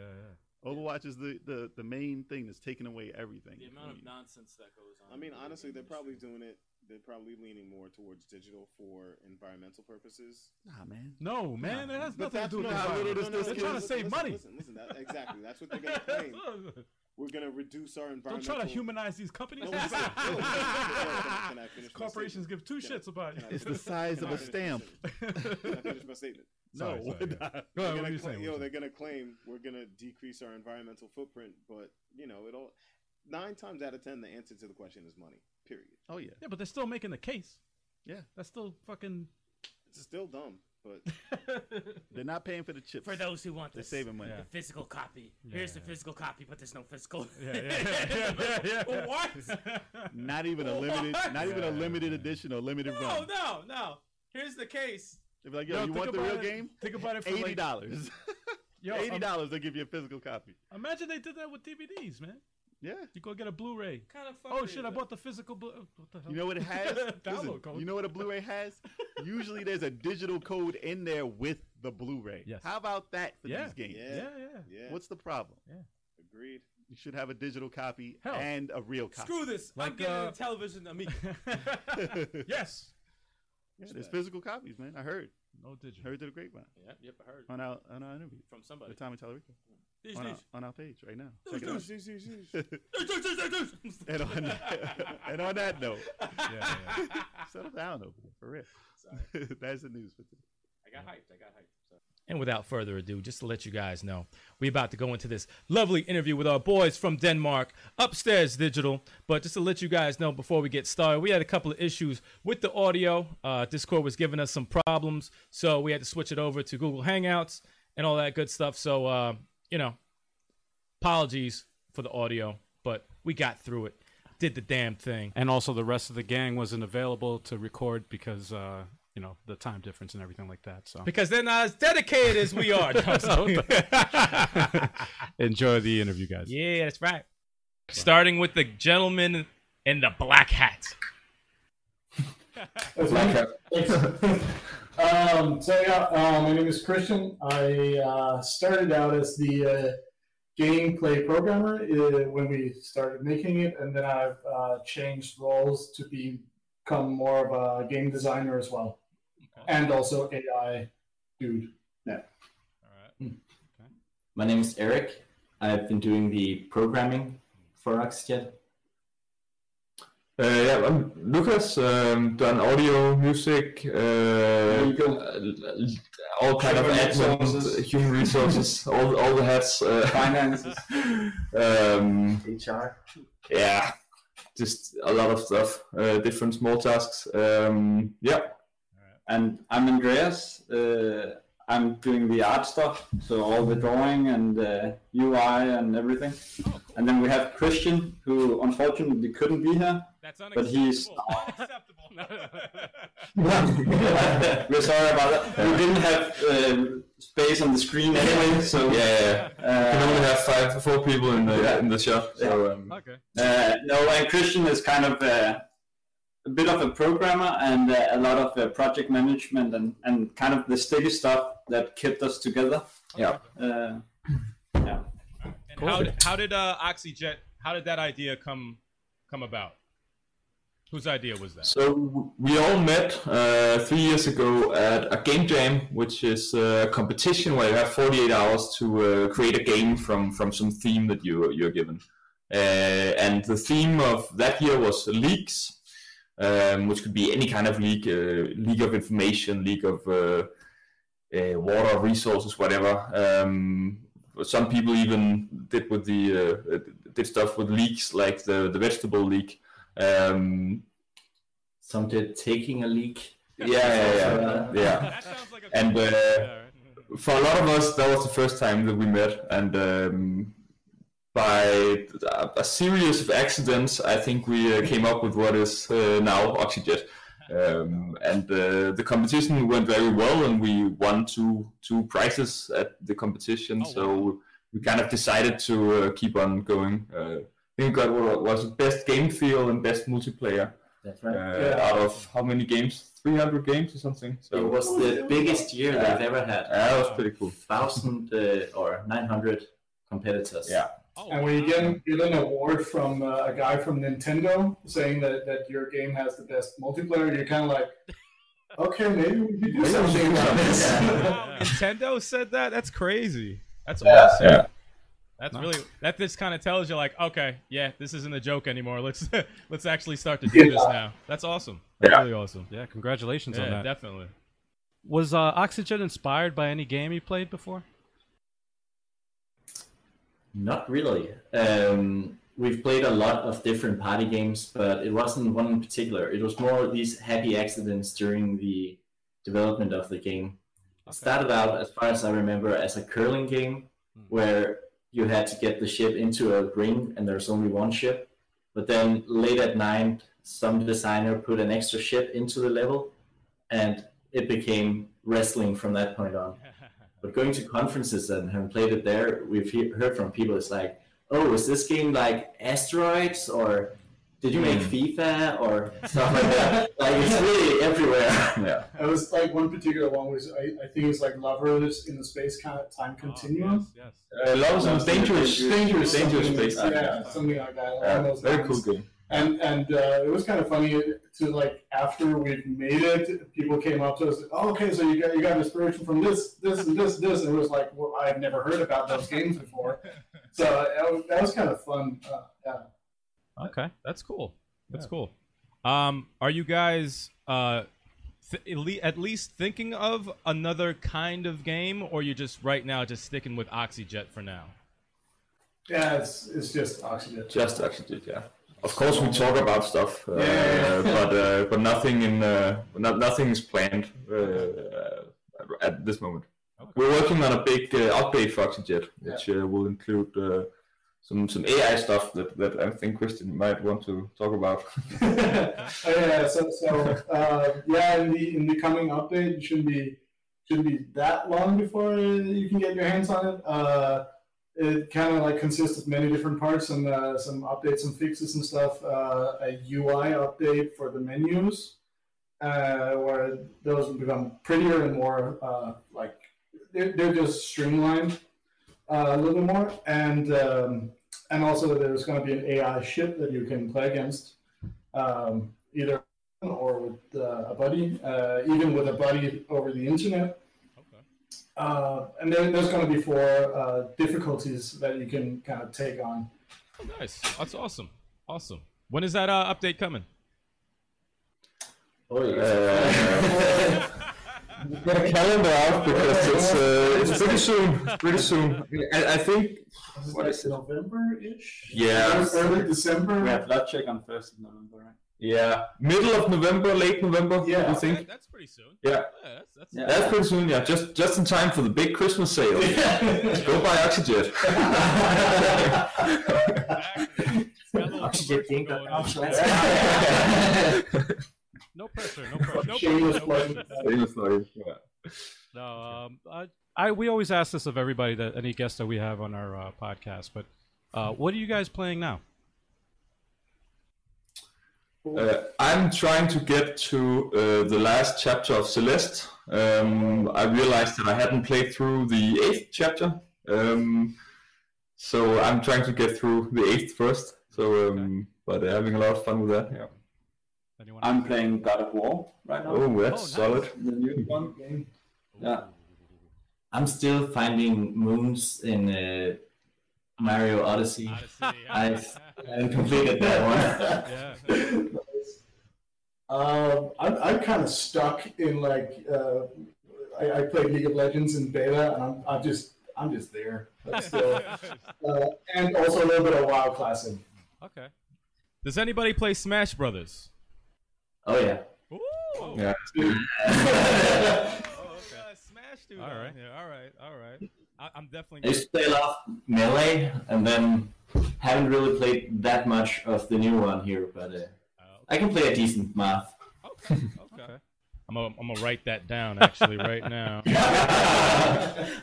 Speaker 4: Overwatch is the, the, the main thing that's taking away everything.
Speaker 7: The amount of nonsense that goes on.
Speaker 6: I
Speaker 7: in
Speaker 6: mean,
Speaker 7: the video
Speaker 6: honestly,
Speaker 7: game
Speaker 6: they're
Speaker 7: industry.
Speaker 6: probably doing it. They're probably leaning more towards digital for environmental purposes.
Speaker 4: nah, man.
Speaker 2: No, man, that has nothing to do with
Speaker 4: not how
Speaker 2: the
Speaker 4: little this
Speaker 2: environment. They're
Speaker 4: disc
Speaker 2: trying to
Speaker 4: is.
Speaker 2: save
Speaker 6: listen,
Speaker 2: money.
Speaker 6: Listen, listen, that, exactly. That's what they're gonna claim. We're gonna reduce our
Speaker 2: Don't
Speaker 6: environmental.
Speaker 2: try to humanize these companies.
Speaker 6: No, wait, wait, wait, wait, wait, can I finish my
Speaker 2: Corporations
Speaker 6: statement?
Speaker 2: give two
Speaker 6: Can I-
Speaker 2: shits about
Speaker 6: can I
Speaker 2: you.
Speaker 4: It's the
Speaker 6: finish-
Speaker 4: size
Speaker 6: can
Speaker 4: of
Speaker 6: I
Speaker 4: a
Speaker 6: finish my
Speaker 4: stamp.
Speaker 6: statement? Can I finish my statement?
Speaker 4: No,
Speaker 2: Sorry, sorry,
Speaker 4: we're
Speaker 2: yeah. Go
Speaker 4: not.
Speaker 2: ahead,
Speaker 6: they're
Speaker 2: what
Speaker 6: gonna
Speaker 2: are you
Speaker 6: cla-
Speaker 2: saying?
Speaker 6: yo,
Speaker 2: Wilson?
Speaker 6: they're gonna claim we're gonna decrease our environmental footprint, but you know, it'll nine times out of ten, the answer to the question is money. Period.
Speaker 4: Oh yeah.
Speaker 2: Yeah, but they're still making the case.
Speaker 4: Yeah.
Speaker 2: That's still fucking.
Speaker 6: It's still dumb, but
Speaker 4: They're not paying for the chips.
Speaker 7: For those who want
Speaker 4: They're
Speaker 7: this,
Speaker 4: saving money.
Speaker 2: Yeah.
Speaker 7: the physical copy. Here's the physical copy, but there's no physical.
Speaker 2: yeah, yeah, yeah, yeah.
Speaker 7: what?
Speaker 4: Not even a limited, not even a limited edition or limited
Speaker 7: No,
Speaker 4: run.
Speaker 7: no, no. Here's the case.
Speaker 4: They'd be like, yo,
Speaker 2: Yo,
Speaker 4: you
Speaker 2: think
Speaker 4: want the
Speaker 2: about
Speaker 4: real
Speaker 2: it-
Speaker 4: game?
Speaker 2: Think about it for
Speaker 4: Eighty
Speaker 2: like.
Speaker 4: dollars.
Speaker 2: Yo,
Speaker 4: Eighty
Speaker 2: um,
Speaker 4: dollars. They give you a physical copy.
Speaker 2: imagine they did that with DVDs, man.
Speaker 4: Yeah.
Speaker 2: You go get a Blu-ray.
Speaker 7: Kind of
Speaker 2: Oh shit! I bought the physical. Blu- what the hell?
Speaker 4: You know what it has? Listen,
Speaker 2: Download code.
Speaker 4: you know what a Blu-ray has? Usually, there's a digital code in there with the Blu-ray.
Speaker 2: Yes.
Speaker 4: How about that for
Speaker 2: Yeah.
Speaker 4: these games?
Speaker 2: yeah,
Speaker 6: yeah,
Speaker 2: yeah.
Speaker 6: yeah,
Speaker 4: What's the problem?
Speaker 6: agreed.
Speaker 4: You should have a digital copy
Speaker 2: Hell.
Speaker 4: and a real copy.
Speaker 7: Screw this.
Speaker 2: Like,
Speaker 7: I'm getting
Speaker 2: uh,
Speaker 7: a television Amiga.
Speaker 2: Yes.
Speaker 4: Yeah, there's physical copies, man. I heard,
Speaker 2: No digital.
Speaker 4: heard through the grapevine
Speaker 7: yep, yep, I heard
Speaker 4: on our on our interview
Speaker 7: from somebody.
Speaker 4: with Tommy Tallarico
Speaker 7: These
Speaker 4: on our,
Speaker 7: dudes.
Speaker 4: on our page right now.
Speaker 7: Those
Speaker 4: Check it out.
Speaker 7: dudes. Those dudes, those dudes, those dudes.
Speaker 4: And on and on that note,
Speaker 2: Yeah, yeah.
Speaker 4: settle down over there, for real.
Speaker 7: Sorry.
Speaker 4: That's the news for today.
Speaker 7: I got hyped. I got hyped. So.
Speaker 5: And without further ado, just to let you guys know, we're about to go into this lovely interview with our boys from Denmark, Upstairs Digital. But just to let you guys know before we get started, we had a couple of issues with the audio. Uh, Discord was giving us some problems, so we had to switch it over to Google Hangouts and all that good stuff. So, uh, you know, apologies for the audio, but we got through it, did the damn thing.
Speaker 8: And also, the rest of the gang wasn't available to record because, uh, you know, the time difference and everything like that. So
Speaker 5: Because they're not as dedicated as we are. No, I'm sorry.
Speaker 8: enjoy the interview, guys.
Speaker 5: Yeah, that's right. Starting with the gentleman in the black hat.
Speaker 9: um, so yeah, uh, my name is Christian. I uh, started out as the uh, gameplay programmer uh, when we started making it, and then I've uh, changed roles to become more of a game designer as well, and also AI dude.
Speaker 10: My name is Eric. I've been doing the programming for Oxygen.
Speaker 11: Uh, yeah, I'm Lucas. Um, done audio, music,
Speaker 9: There
Speaker 11: uh,
Speaker 9: you go.
Speaker 11: all kind
Speaker 9: Human
Speaker 11: of admin,
Speaker 9: resources.
Speaker 11: human resources, all all the hats. Uh,
Speaker 9: Finances,
Speaker 11: um,
Speaker 9: HR.
Speaker 11: yeah, just a lot of stuff. Uh, different small tasks. Um, yeah.
Speaker 9: And I'm Andreas. Uh, I'm doing the art stuff, so all the drawing and uh, UI and everything. And then we have Christian, who unfortunately couldn't be here.
Speaker 5: That's
Speaker 9: But he's-
Speaker 5: unacceptable. unacceptable.
Speaker 9: We're sorry about that. We didn't have uh, space on the screen anyway, so.
Speaker 11: Yeah, yeah, yeah. Can
Speaker 9: Uh,
Speaker 11: only have five, four people in the in the shop. So um,
Speaker 2: Okay.
Speaker 9: uh, no, and Christian is kind of uh, a bit of a programmer and uh, a lot of uh, project management and, and kind of the sticky stuff that kept us together.
Speaker 11: yeah.
Speaker 9: Uh, yeah.
Speaker 5: And how, did- how did uh, Oxyjet? How did that idea come come about? Whose idea was that?
Speaker 11: So w- we all met uh, three years ago at a game jam, which is uh, a competition where you have 48 hours to uh, create a game from, from some theme that you you're given. Uh, and the theme of that year was leaks, um, which could be any kind of leak, uh, leak of information, leak of uh, uh, water resources, whatever. Um, some people even did with the uh, uh, did stuff with leaks, like the the vegetable leak. Um,
Speaker 10: Some did taking a leak.
Speaker 11: yeah, yeah, yeah,
Speaker 10: Uh,
Speaker 11: yeah.
Speaker 5: That sounds like a.
Speaker 11: And uh,
Speaker 5: Yeah, right.
Speaker 11: for a lot of us, that was the first time that we met, and um, by a- a series of accidents, I think we uh, came up with what is uh, now Oxyjet. Um, and uh, the competition went very well, and we won two two prizes at the competition.
Speaker 5: Oh,
Speaker 11: so we kind of decided to uh, keep on going. Uh, I think we got what was it, best game feel and best multiplayer
Speaker 10: That's
Speaker 11: uh,
Speaker 10: right.
Speaker 11: out of how many games? 300 games or something.
Speaker 10: It
Speaker 11: So
Speaker 10: was the biggest year
Speaker 11: Yeah.
Speaker 10: they've ever had.
Speaker 11: that was pretty cool.
Speaker 10: Thousand uh, or nine hundred competitors.
Speaker 11: Yeah.
Speaker 5: Oh,
Speaker 9: And we get, get an award from uh, a guy from Nintendo saying that, that your game has the best multiplayer. You're kind of like, okay, maybe we could do
Speaker 11: Maybe we
Speaker 9: something
Speaker 11: should do
Speaker 9: about this.
Speaker 11: something,
Speaker 5: wow, Nintendo said that. That's crazy. That's
Speaker 11: Yeah,
Speaker 5: awesome.
Speaker 11: yeah.
Speaker 5: That's
Speaker 8: Wow.
Speaker 5: really that. Just kind of tells you like, okay, yeah, this isn't a joke anymore. Let's let's actually start to do this now. That's awesome. That's
Speaker 11: Yeah.
Speaker 5: really awesome.
Speaker 8: Yeah, congratulations on
Speaker 5: Yeah,
Speaker 8: that.
Speaker 5: definitely.
Speaker 8: Was uh, Oxygen inspired by any game he played before?
Speaker 10: Not really. Um, we've played a lot of different party games, but it wasn't one in particular. It was more these happy accidents during the development of the game. It started out, as far as I remember, as a curling game where you had to get the ship into a ring and there's only one ship. But then late at night, some designer put an extra ship into the level and it became wrestling from that point on. But going to conferences and having played it there, we've he- heard from people it's like, oh, is this game like asteroids or did you make FIFA or stuff like that? like it's really everywhere.
Speaker 11: Yeah.
Speaker 9: It was like one particular one was I, I think it was like lovers in the space kind of time continuum.
Speaker 2: yes,
Speaker 11: Uh, Love
Speaker 9: Something
Speaker 11: is dangerous, dangerous, dangerous
Speaker 9: something-
Speaker 11: space.
Speaker 9: Yeah, something like that. along
Speaker 11: Yeah,
Speaker 9: those
Speaker 11: very
Speaker 9: lines.
Speaker 11: cool game.
Speaker 9: And and uh, it was kind of funny to like after we'd made it, people came up to us. Oh, okay, so you got you got inspiration from this, this, and this, this, and it was like well, I've never heard about those games before. So that was, that was kind of fun. Uh, yeah.
Speaker 5: Okay, that's cool. That's cool. Um, are you guys uh, th- at le- at least thinking of another kind of game, or you're just right now just sticking with OxyJet for now?
Speaker 9: Yeah, it's, it's just oxygen.
Speaker 11: Just actually, yeah. Of course, we talk about stuff, uh,
Speaker 9: Yeah.
Speaker 11: but uh, but nothing in uh, not, nothing is planned uh, at this moment. We're working on a big uh, update for OxyJet, which uh, will include uh, some some AI stuff that, that I think Christian might want to talk about.
Speaker 9: Oh, yeah, so, so uh, yeah, in the in the coming update, it shouldn't be shouldn't be that long before you can get your hands on it. Uh, it kind of like consists of many different parts and uh, some updates and fixes and stuff. Uh, a UI update for the menus, uh, where those will become prettier and more uh, like they're, they're just streamlined uh, a little bit more. And um, and also there's going to be an AI ship that you can play against um, either alone or with uh, a buddy, uh, even with a buddy over the internet. Uh, and then there's going to be four uh, difficulties that you can kind of take on.
Speaker 5: Oh, nice. That's awesome. Awesome. When is that uh, update coming?
Speaker 10: Oh, yeah.
Speaker 11: Uh, Get a calendar out because it's uh, it's pretty soon, pretty soon. I, I think What
Speaker 9: Like
Speaker 11: is it?
Speaker 9: November-ish?
Speaker 11: Yeah.
Speaker 9: Early December.
Speaker 12: We have blood check on 1st of November, right?
Speaker 11: yeah, middle of November, late November.
Speaker 9: Yeah.
Speaker 11: you think?
Speaker 5: that's pretty soon.
Speaker 11: Yeah.
Speaker 5: that's, that's
Speaker 12: Yeah.
Speaker 11: That's pretty soon, yeah. Just just in time for the big Christmas sale. Go buy Oxygen.
Speaker 10: Oxygen game dot com slash-
Speaker 8: No pressure. No pressure.
Speaker 9: Shameless plug.
Speaker 8: No, um, I, I we always ask this of everybody that any guest that we have on our uh, podcast. But uh, what are you guys playing now?
Speaker 11: Uh, I'm trying to get to uh, the last chapter of Celeste. Um, I realized that I hadn't played through the eighth chapter, um, so I'm trying to get through the eighth first. So, um, but uh, having a lot of fun with that. Yeah.
Speaker 8: Anyone?
Speaker 12: I'm playing God of War right now.
Speaker 11: Oh, that's
Speaker 8: nice.
Speaker 11: solid.
Speaker 12: The new one. Yeah.
Speaker 10: I'm still finding moons in uh, Mario Odyssey.
Speaker 5: Odyssey.
Speaker 10: I haven't completed that one.
Speaker 5: yeah.
Speaker 9: Um, I'm, I'm kind of stuck in like uh, I, I played League of Legends in beta, and I'm, I'm just I'm just there. But still, uh, and also a little bit of WoW Classic.
Speaker 5: Okay. Does anybody play Smash Brothers?
Speaker 10: Oh yeah.
Speaker 5: Ooh.
Speaker 11: Yeah.
Speaker 5: Oh, okay. Smash dude. uh,
Speaker 8: All
Speaker 5: on
Speaker 8: right.
Speaker 5: here. All right. All right. I, I'm
Speaker 10: I
Speaker 5: definitely.
Speaker 10: used to play a lot of melee, and then Haven't really played that much of the new one here, but uh, I can play a decent math.
Speaker 5: Okay. I'm gonna I'm gonna write that down actually right now.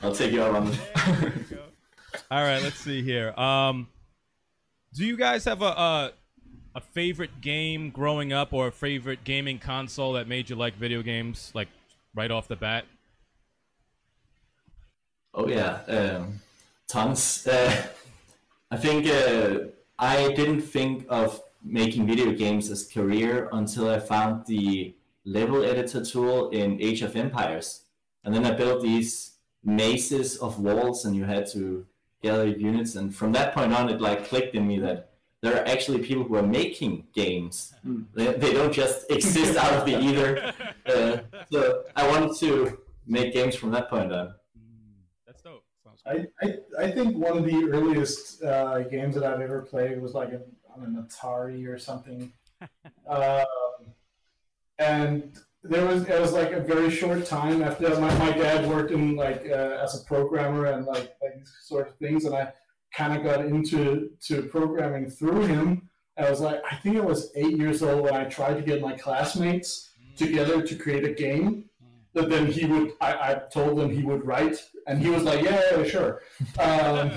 Speaker 10: I'll take you out on this.
Speaker 5: All right, let's see here. Um, do you guys have a, a a favorite game growing up or a favorite gaming console that made you like video games like right off the bat?
Speaker 10: Oh yeah, um, tons. Uh, I think uh, I didn't think of making video games as career until I found the level editor tool in Age of Empires, and then I built these mazes of walls, and you had to gather units. And from that point on, it like clicked in me that there are actually people who are making games. They, they don't just exist out of the ether. Uh, so I wanted to make games from that point on.
Speaker 5: That's dope. Sounds cool.
Speaker 9: I, I, I think one of the earliest uh, games that I've ever played was like a, on an Atari or something. um, and there was it was like a very short time after that. My, my dad worked in like uh, as a programmer and like like these sort of things, and I kind of got into to programming through him. I was like, I think I was eight years old when I tried to get my classmates together to create a game. That then he would, I, I told him he would write, and he was like, yeah, yeah, yeah, sure. Um,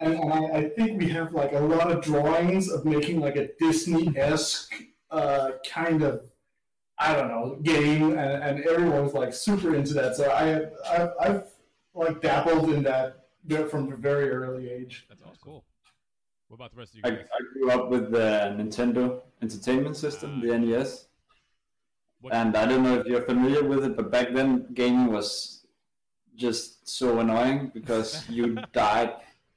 Speaker 9: and and I, I think we have like a lot of drawings of making like a Disney-esque uh, kind of I don't know game, and, and everyone's like super into that. So I, I I've like dabbled in that from a very early age.
Speaker 5: That's awesome. cool. What about the rest of you
Speaker 12: I,
Speaker 5: guys?
Speaker 12: I grew up with the Nintendo Entertainment System,
Speaker 11: Mm.
Speaker 12: the E NES.
Speaker 5: What-
Speaker 12: And I don't know if you're familiar with it, but back then gaming was just so annoying because you died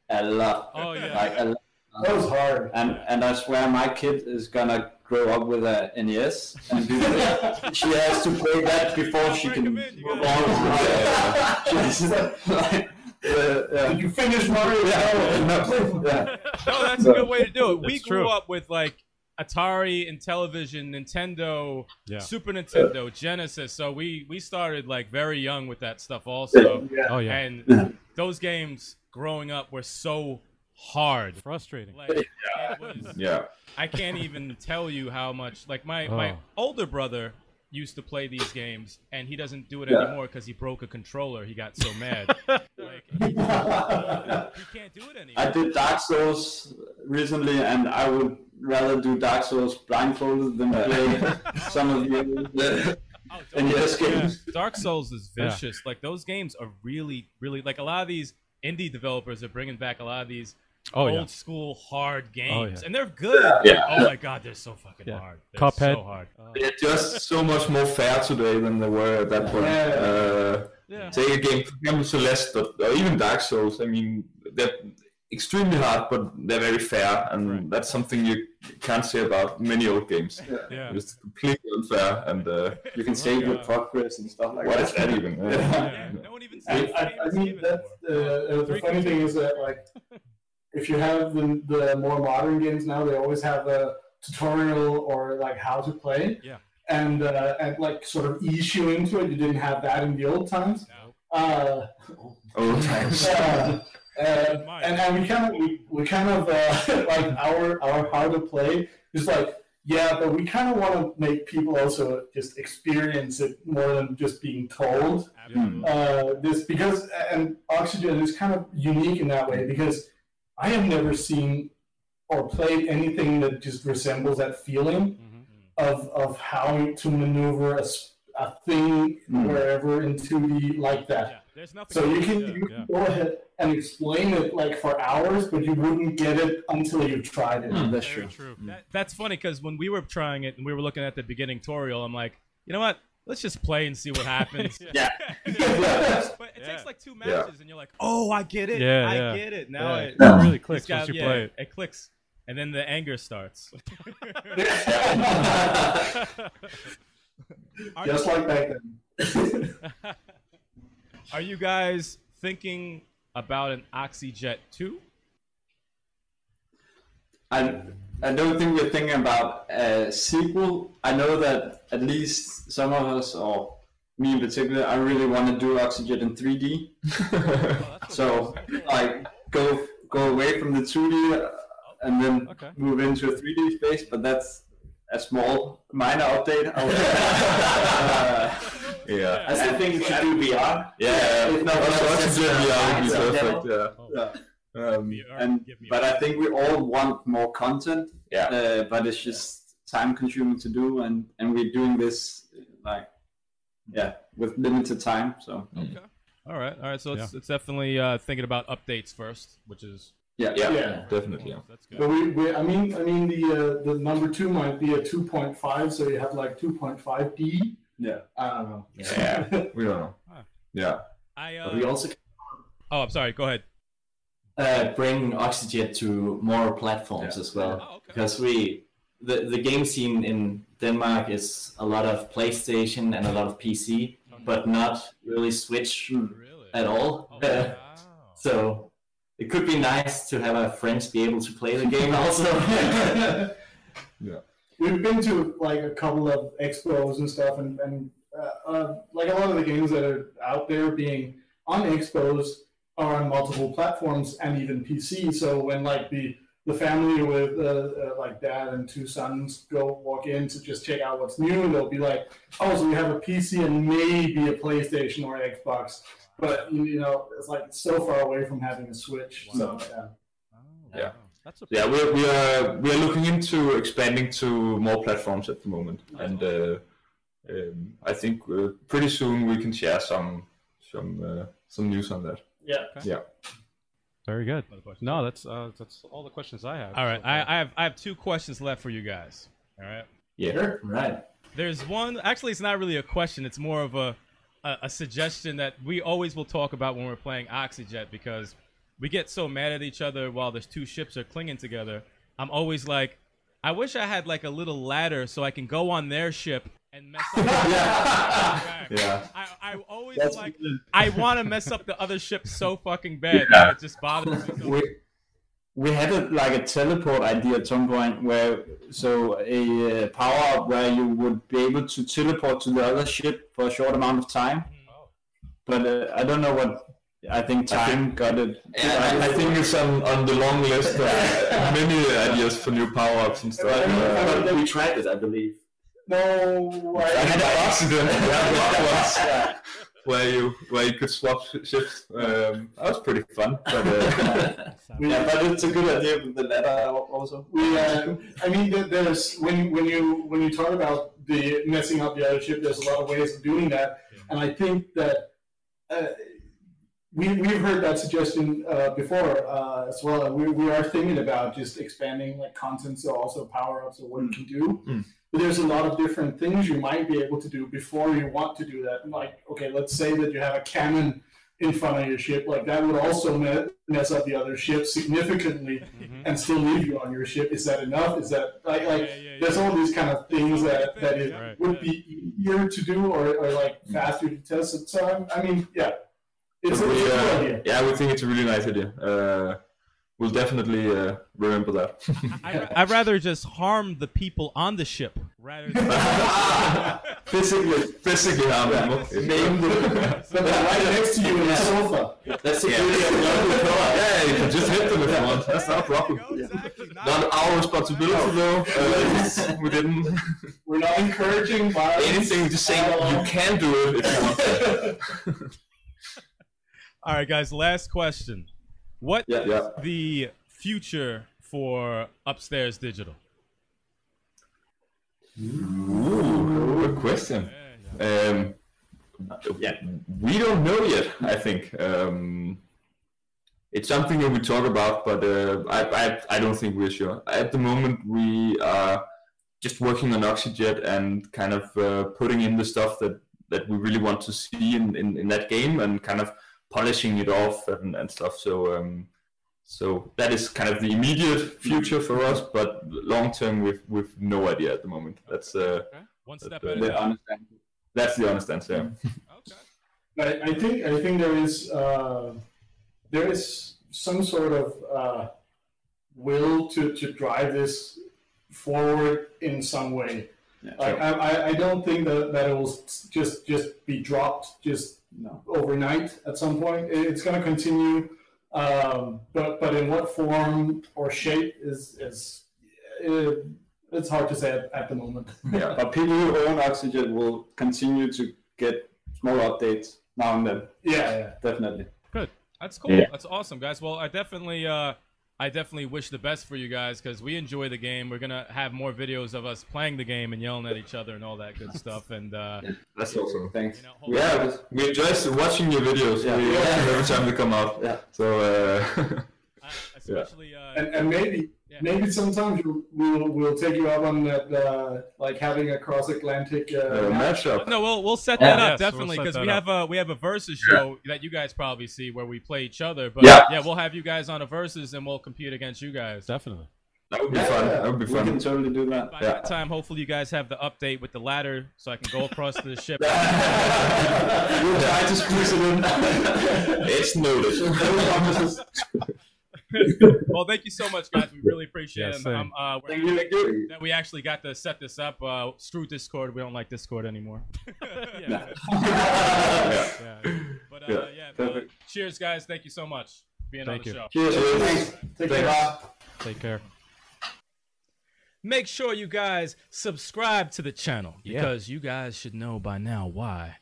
Speaker 12: a lot.
Speaker 5: Oh, yeah.
Speaker 12: Like a lot.
Speaker 9: That was hard.
Speaker 12: And and I swear my kid is gonna grow up with a NES and do that. she has to play that before she can
Speaker 5: recommend you
Speaker 12: move
Speaker 5: guys.
Speaker 12: on. Yeah. She's like, uh, yeah.
Speaker 9: Did you finish Mario?
Speaker 12: Yeah. yeah.
Speaker 5: No, that's a
Speaker 12: So-
Speaker 5: good way to do it. We
Speaker 2: That's
Speaker 5: grew
Speaker 2: true.
Speaker 5: up with like Atari and television, Nintendo,
Speaker 2: Yeah.
Speaker 5: Super Nintendo, Genesis. So we we started like very young with that stuff also.
Speaker 9: Yeah.
Speaker 2: Oh yeah,
Speaker 5: And those games growing up were so hard.
Speaker 2: frustrating.
Speaker 5: Like it was
Speaker 11: Yeah.
Speaker 5: I can't even tell you how much. Like my my
Speaker 2: Oh.
Speaker 5: older brother used to play these games, and he doesn't do it
Speaker 12: Yeah.
Speaker 5: anymore because he broke a controller. He got so mad. like, he, he can't do it anymore.
Speaker 12: I did Dark Souls recently, and I would rather do Dark Souls blindfolded than
Speaker 11: Uh,
Speaker 12: play some of the
Speaker 5: Oh, Dark-
Speaker 12: NES games.
Speaker 5: yeah, Dark Souls is
Speaker 2: Yeah.
Speaker 5: vicious. Like those games are really, really like a lot of these indie developers are bringing back a lot of these
Speaker 2: Oh
Speaker 5: old
Speaker 2: yeah, Oh,
Speaker 5: school hard games,
Speaker 2: yeah.
Speaker 5: and they're good.
Speaker 11: Yeah.
Speaker 5: Oh my god, they're so fucking
Speaker 2: Yeah.
Speaker 5: hard. They're so
Speaker 2: Cuphead.
Speaker 5: hard.
Speaker 11: They're just so much more fair today than they were at that point. Uh,
Speaker 5: Yeah.
Speaker 11: Take a game, for example, Celeste or, or even Dark Souls. I mean, they're extremely hard, but they're very fair, and that's something you can't say about many old games.
Speaker 5: Yeah.
Speaker 11: It's completely unfair, and uh,
Speaker 12: You can save your progress and stuff like
Speaker 11: what
Speaker 12: that.
Speaker 11: is that even? Yeah.
Speaker 5: Yeah. No one even
Speaker 9: I,
Speaker 5: says
Speaker 9: I, I mean, that's uh, uh, the
Speaker 5: Three
Speaker 9: funny thing is that like, if you have the, the more modern games now, they always have a tutorial or like how to play.
Speaker 5: Yeah.
Speaker 9: And uh, and like sort of ease you into it. You didn't have that in the old times.
Speaker 5: No.
Speaker 9: Uh,
Speaker 11: Old times.
Speaker 9: uh, uh, and, and we kind of we, we kind of uh, like our our how to play is like yeah, but we kind of want to make people also just experience it more than just being told
Speaker 5: Absolutely.
Speaker 9: uh, this because and oxygen is kind of unique in that way because I have never seen or played anything that just resembles that feeling
Speaker 5: Mm-hmm.
Speaker 9: of of how to maneuver a, s- a thing
Speaker 12: Hmm.
Speaker 9: wherever in 2D like that.
Speaker 5: Yeah. There's nothing.
Speaker 9: So you can,
Speaker 5: Yeah.
Speaker 9: you can go ahead and explain it like for hours, but you wouldn't get it until you tried it.
Speaker 12: Hmm, That's true.
Speaker 5: Very true. That, that's funny because when we were trying it and we were looking at the beginning tutorial, I'm like, you know what? Let's just play and see what happens.
Speaker 12: Yeah.
Speaker 5: but it takes
Speaker 2: Yeah.
Speaker 5: like two
Speaker 11: Yeah.
Speaker 5: matches, and you're like, oh, I get it.
Speaker 2: Yeah,
Speaker 5: I
Speaker 2: yeah.
Speaker 5: get it. Now
Speaker 2: Yeah,
Speaker 5: it,
Speaker 12: No.
Speaker 2: it really
Speaker 5: it's
Speaker 2: clicks
Speaker 5: got,
Speaker 2: once you
Speaker 5: yeah,
Speaker 2: play it.
Speaker 5: it clicks, and then the anger starts. Are
Speaker 9: Just
Speaker 5: you-
Speaker 9: like back then.
Speaker 5: Are you guys thinking about an OxyJet 2?
Speaker 12: I, I don't think we're thinking about a sequel. I know that at least some of us, or me in particular, I really want to do Oxygen in 3D. so, like, go go away from the 2D and then
Speaker 5: Okay.
Speaker 12: move into a 3D space, but that's a small minor update. I would- uh,
Speaker 11: Yeah.
Speaker 10: I still think you should do VR.
Speaker 11: Yeah. Oh,
Speaker 12: If not,
Speaker 11: Also,
Speaker 12: that's-
Speaker 11: that's a good reality would be
Speaker 12: that's a
Speaker 11: perfect. Yeah.
Speaker 12: yeah. Um,
Speaker 5: VR,
Speaker 12: and
Speaker 5: give me a-
Speaker 12: but I think we all want more content.
Speaker 11: Yeah.
Speaker 12: Uh, but it's just time consuming to do, and and we're doing this like yeah with limited time. So
Speaker 5: Okay. All right. All right. So it's, it's definitely uh, thinking about updates first, which is
Speaker 12: yeah,
Speaker 11: Yeah.
Speaker 9: Yeah.
Speaker 11: Definitely. Yeah.
Speaker 5: that's
Speaker 9: But
Speaker 5: good.
Speaker 9: we, we, I mean, I mean, the uh, the number two might be a two point five, so you have like two point five D. Um,
Speaker 12: Yeah.
Speaker 9: I don't know.
Speaker 11: Yeah. We don't know.
Speaker 5: Huh.
Speaker 11: Yeah.
Speaker 5: I
Speaker 10: But we
Speaker 5: uh,
Speaker 10: also
Speaker 5: oh, I'm sorry. Go ahead.
Speaker 10: uh, bring Oxygen to more platforms as well.
Speaker 5: Oh, okay.
Speaker 10: because we the, the game scene in Denmark is a lot of PlayStation and a lot of PC, but not really Switch
Speaker 5: Oh, Really?
Speaker 10: at all.
Speaker 5: Oh, wow.
Speaker 10: so it could be nice to have a friend be able to play the game also.
Speaker 9: We've been to like a couple of expos and stuff, and and uh, uh, like a lot of the games that are out there being on expos are on multiple platforms and even PC. So when like the the family with uh, uh, like dad and two sons go walk in to just check out what's new, they'll be like, "Oh, so we have a PC and maybe a PlayStation or Xbox." But you you know, it's like so far away from having a Switch. So yeah.
Speaker 11: Yeah.
Speaker 5: Oh, That's a
Speaker 11: Yeah. We're we are we are looking into expanding to more platforms at the moment, and uh, um, I think uh, pretty soon we can share some some uh, some news on that.
Speaker 9: Yeah.
Speaker 11: Yeah.
Speaker 8: Very good.
Speaker 5: Another question.
Speaker 8: No, that's uh, that's all the questions I have.
Speaker 5: All right.
Speaker 8: so uh, far.
Speaker 5: I, I have I have two questions left for you guys. All right.
Speaker 11: Yeah.
Speaker 10: right.
Speaker 5: There's one. Actually, it's not really a question. It's more of a, a a suggestion that we always will talk about when we're playing Oxyjet because we get so mad at each other while there's two ships are clinging together. I'm always like, I wish I had like a little ladder so I can go on their ship and mess up.
Speaker 11: Yeah.
Speaker 5: I, I always like I want to mess up the other ship so fucking bad
Speaker 11: Yeah.
Speaker 5: that it just bothers me. So
Speaker 12: we we had a, like a teleport idea at some point where so a uh, power up where you would be able to teleport to the other ship for a short amount of time. But uh, I don't know what I think time got it.
Speaker 11: I, I think it's on, on the long list of many ideas for new power ups and stuff. Uh,
Speaker 10: But we tried it, I believe.
Speaker 9: No. I-
Speaker 11: I had an accident where you where you could swap sh- shifts. Um, that was pretty fun. But, uh,
Speaker 12: yeah, but it's a good idea with the ladder al- also.
Speaker 9: We, uh, I mean, there- there's when when you when you talk about the messing up the other ship, there's a lot of ways of doing that, and I think that uh, we we've heard that suggestion uh, before uh, as well. And we we are thinking about just expanding like content, so also power ups or what you can do.
Speaker 11: Mm.
Speaker 9: But there's a lot of different things you might be able to do before you want to do that. Like, okay, let's say that you have a cannon in front of your ship, like that would also me- mess up the other ship significantly and still leave you on your ship. Is that enough? Is that like, like
Speaker 5: Mm-hmm. Yeah, yeah,
Speaker 9: there's all these kind of things that that it
Speaker 5: Right,
Speaker 9: would
Speaker 5: yeah.
Speaker 9: be easier to do or, or like faster to test. it. So I'm- I mean, yeah, it's a
Speaker 11: we,
Speaker 9: good
Speaker 11: uh,
Speaker 9: idea.
Speaker 11: yeah, we think it's a really nice idea. Uh, we'll definitely uh, remember that.
Speaker 5: I, I'd rather just harm the people on the ship rather than.
Speaker 11: physically, physically um, harm them. Name the
Speaker 9: But they're right next to you in the sofa.
Speaker 10: That's the
Speaker 11: yeah.
Speaker 10: beauty of local co-op.
Speaker 11: yeah, you can just hit them if you want. That's not a problem.
Speaker 5: There you go, exactly. Not-
Speaker 11: Not our responsibility though. Uh, we didn't
Speaker 9: We're not encouraging violence.
Speaker 11: anything. Just saying you can do it if you want.
Speaker 5: All right, guys. Last question. What is
Speaker 12: Yeah.
Speaker 11: Yeah.
Speaker 5: the future for upstairs digital?
Speaker 11: Ooh, good question. Um,
Speaker 10: Yeah.
Speaker 11: we don't know yet. I think um, it's something that we talk about, but uh, I, I, I don't think we're sure. At the moment, we are just working on Oxyjet and kind of uh, putting in the stuff that, that we really want to see in, in, in that game and kind of polishing it off and, and stuff. So um, so that is kind of the immediate future for us, but long term, we've we've no idea at the moment. That's uh,
Speaker 5: One
Speaker 11: That,
Speaker 5: step
Speaker 11: uh,
Speaker 5: at a
Speaker 11: that-
Speaker 5: time.
Speaker 11: that's the honest answer.
Speaker 5: Okay.
Speaker 9: I, I think I think there is uh, there is some sort of uh, will to, to drive this forward in some way. Like, I, I, I don't think that, that it will s- just just be dropped just
Speaker 12: No.
Speaker 9: overnight. At some point, It- it's going to continue Um, but but in what form or shape is is it, it's hard to say at, at the moment.
Speaker 12: But people who own Oxygen will continue to get small updates now and then.
Speaker 9: Yeah, yeah.
Speaker 12: definitely.
Speaker 5: Good. That's cool.
Speaker 12: Yeah.
Speaker 5: That's awesome, guys. Well, I definitely, uh, I definitely wish the best for you guys because we enjoy the game. We're gonna have more videos of us playing the game and yelling at each other and all that good stuff. And uh,
Speaker 11: That's awesome.
Speaker 12: Thanks.
Speaker 11: yeah, we enjoy watching your videos.
Speaker 12: Yeah.
Speaker 11: We watch them every time they come out.
Speaker 12: Yeah.
Speaker 11: So, uh,
Speaker 5: especially, uh,
Speaker 9: And, and maybe
Speaker 5: Yeah.
Speaker 9: maybe sometimes you- we'll we'll take you up on that uh, like having a cross Atlantic
Speaker 11: uh,
Speaker 9: uh,
Speaker 11: matchup.
Speaker 5: No, we'll we'll set
Speaker 10: Yeah.
Speaker 5: that up
Speaker 2: Yes, we'll
Speaker 5: definitely
Speaker 2: set
Speaker 5: because
Speaker 2: that
Speaker 5: we
Speaker 2: up.
Speaker 5: have a we have a versus show that you guys probably see where we play each other. But yeah,
Speaker 10: Yeah.
Speaker 5: we'll have you guys on a versus and we'll compete against you guys.
Speaker 2: Definitely.
Speaker 11: that would be fun. That would be
Speaker 12: We can
Speaker 11: fun.
Speaker 12: totally do that.
Speaker 5: By
Speaker 11: Yeah.
Speaker 5: that time, hopefully you guys have the update with the ladder so I can go across the ship.
Speaker 11: we'll try to squeeze it in. it's noted.
Speaker 5: well, thank you so much, guys. We really appreciate
Speaker 2: Yes,
Speaker 5: it.
Speaker 2: sir.
Speaker 5: Um, uh, we're-
Speaker 11: Thank you.
Speaker 5: that we actually got to set this up. Uh, screw Discord. We don't like Discord anymore. yeah.
Speaker 11: Yeah.
Speaker 5: yeah. But uh,
Speaker 11: Yeah,
Speaker 5: yeah, uh,
Speaker 11: perfect.
Speaker 5: cheers, guys. Thank you so much for being
Speaker 2: Thank
Speaker 5: on the
Speaker 2: you.
Speaker 5: show.
Speaker 11: Cheers.
Speaker 9: Take care.
Speaker 2: Take care.
Speaker 5: make sure you guys subscribe to the channel
Speaker 2: Yeah.
Speaker 5: because you guys should know by now why.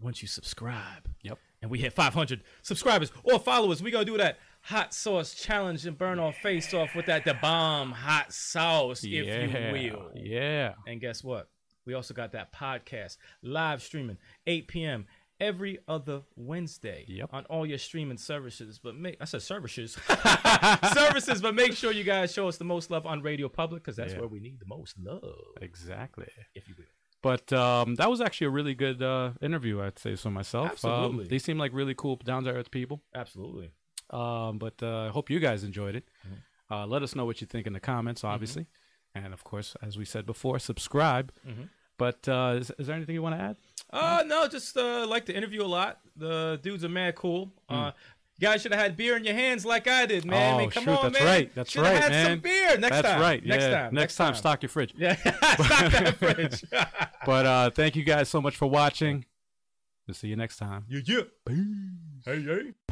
Speaker 5: Once you subscribe,
Speaker 2: Yep.
Speaker 5: and we hit 500 subscribers or followers, we gonna do that hot sauce challenge and burn off face off with that the bomb hot sauce,
Speaker 2: yeah.
Speaker 5: if you will.
Speaker 2: Yeah.
Speaker 5: And guess what? We also got that podcast live streaming 8 p.m. every other Wednesday
Speaker 2: Yep.
Speaker 5: on all your streaming services. But make I said services, services. But make sure you guys show us the most love on Radio Public because that's
Speaker 2: Yeah.
Speaker 5: where we need the most love,
Speaker 2: Exactly.
Speaker 5: if you will.
Speaker 2: But um, that was actually a really good uh, interview, I'd say so myself. Um,
Speaker 5: Absolutely.
Speaker 2: they seem like really cool, down to earth people.
Speaker 5: Absolutely.
Speaker 2: Um, but uh, I hope you guys enjoyed it. Uh, let us know what you think in the comments, obviously. And of course, as we said before, subscribe. But uh, is, is there anything you want to add?
Speaker 5: Uh no, just uh, like the interview a lot. The dudes are mad cool. Uh, you guys should have had beer in your hands like I did, man. I
Speaker 2: Hmm. Oh,
Speaker 5: mean, come
Speaker 2: shoot,
Speaker 5: on,
Speaker 2: that's
Speaker 5: man.
Speaker 2: right, that's
Speaker 5: Shoulda
Speaker 2: right,
Speaker 5: had Some
Speaker 2: man.
Speaker 5: beer next
Speaker 2: That's
Speaker 5: time.
Speaker 2: right.
Speaker 5: Next
Speaker 2: yeah.
Speaker 5: time.
Speaker 2: Next time, stock your fridge.
Speaker 5: Yeah, stock that fridge.
Speaker 2: But uh, thank you guys so much for watching. We'll see you next time.
Speaker 5: Yeah, yeah. Hey, hey.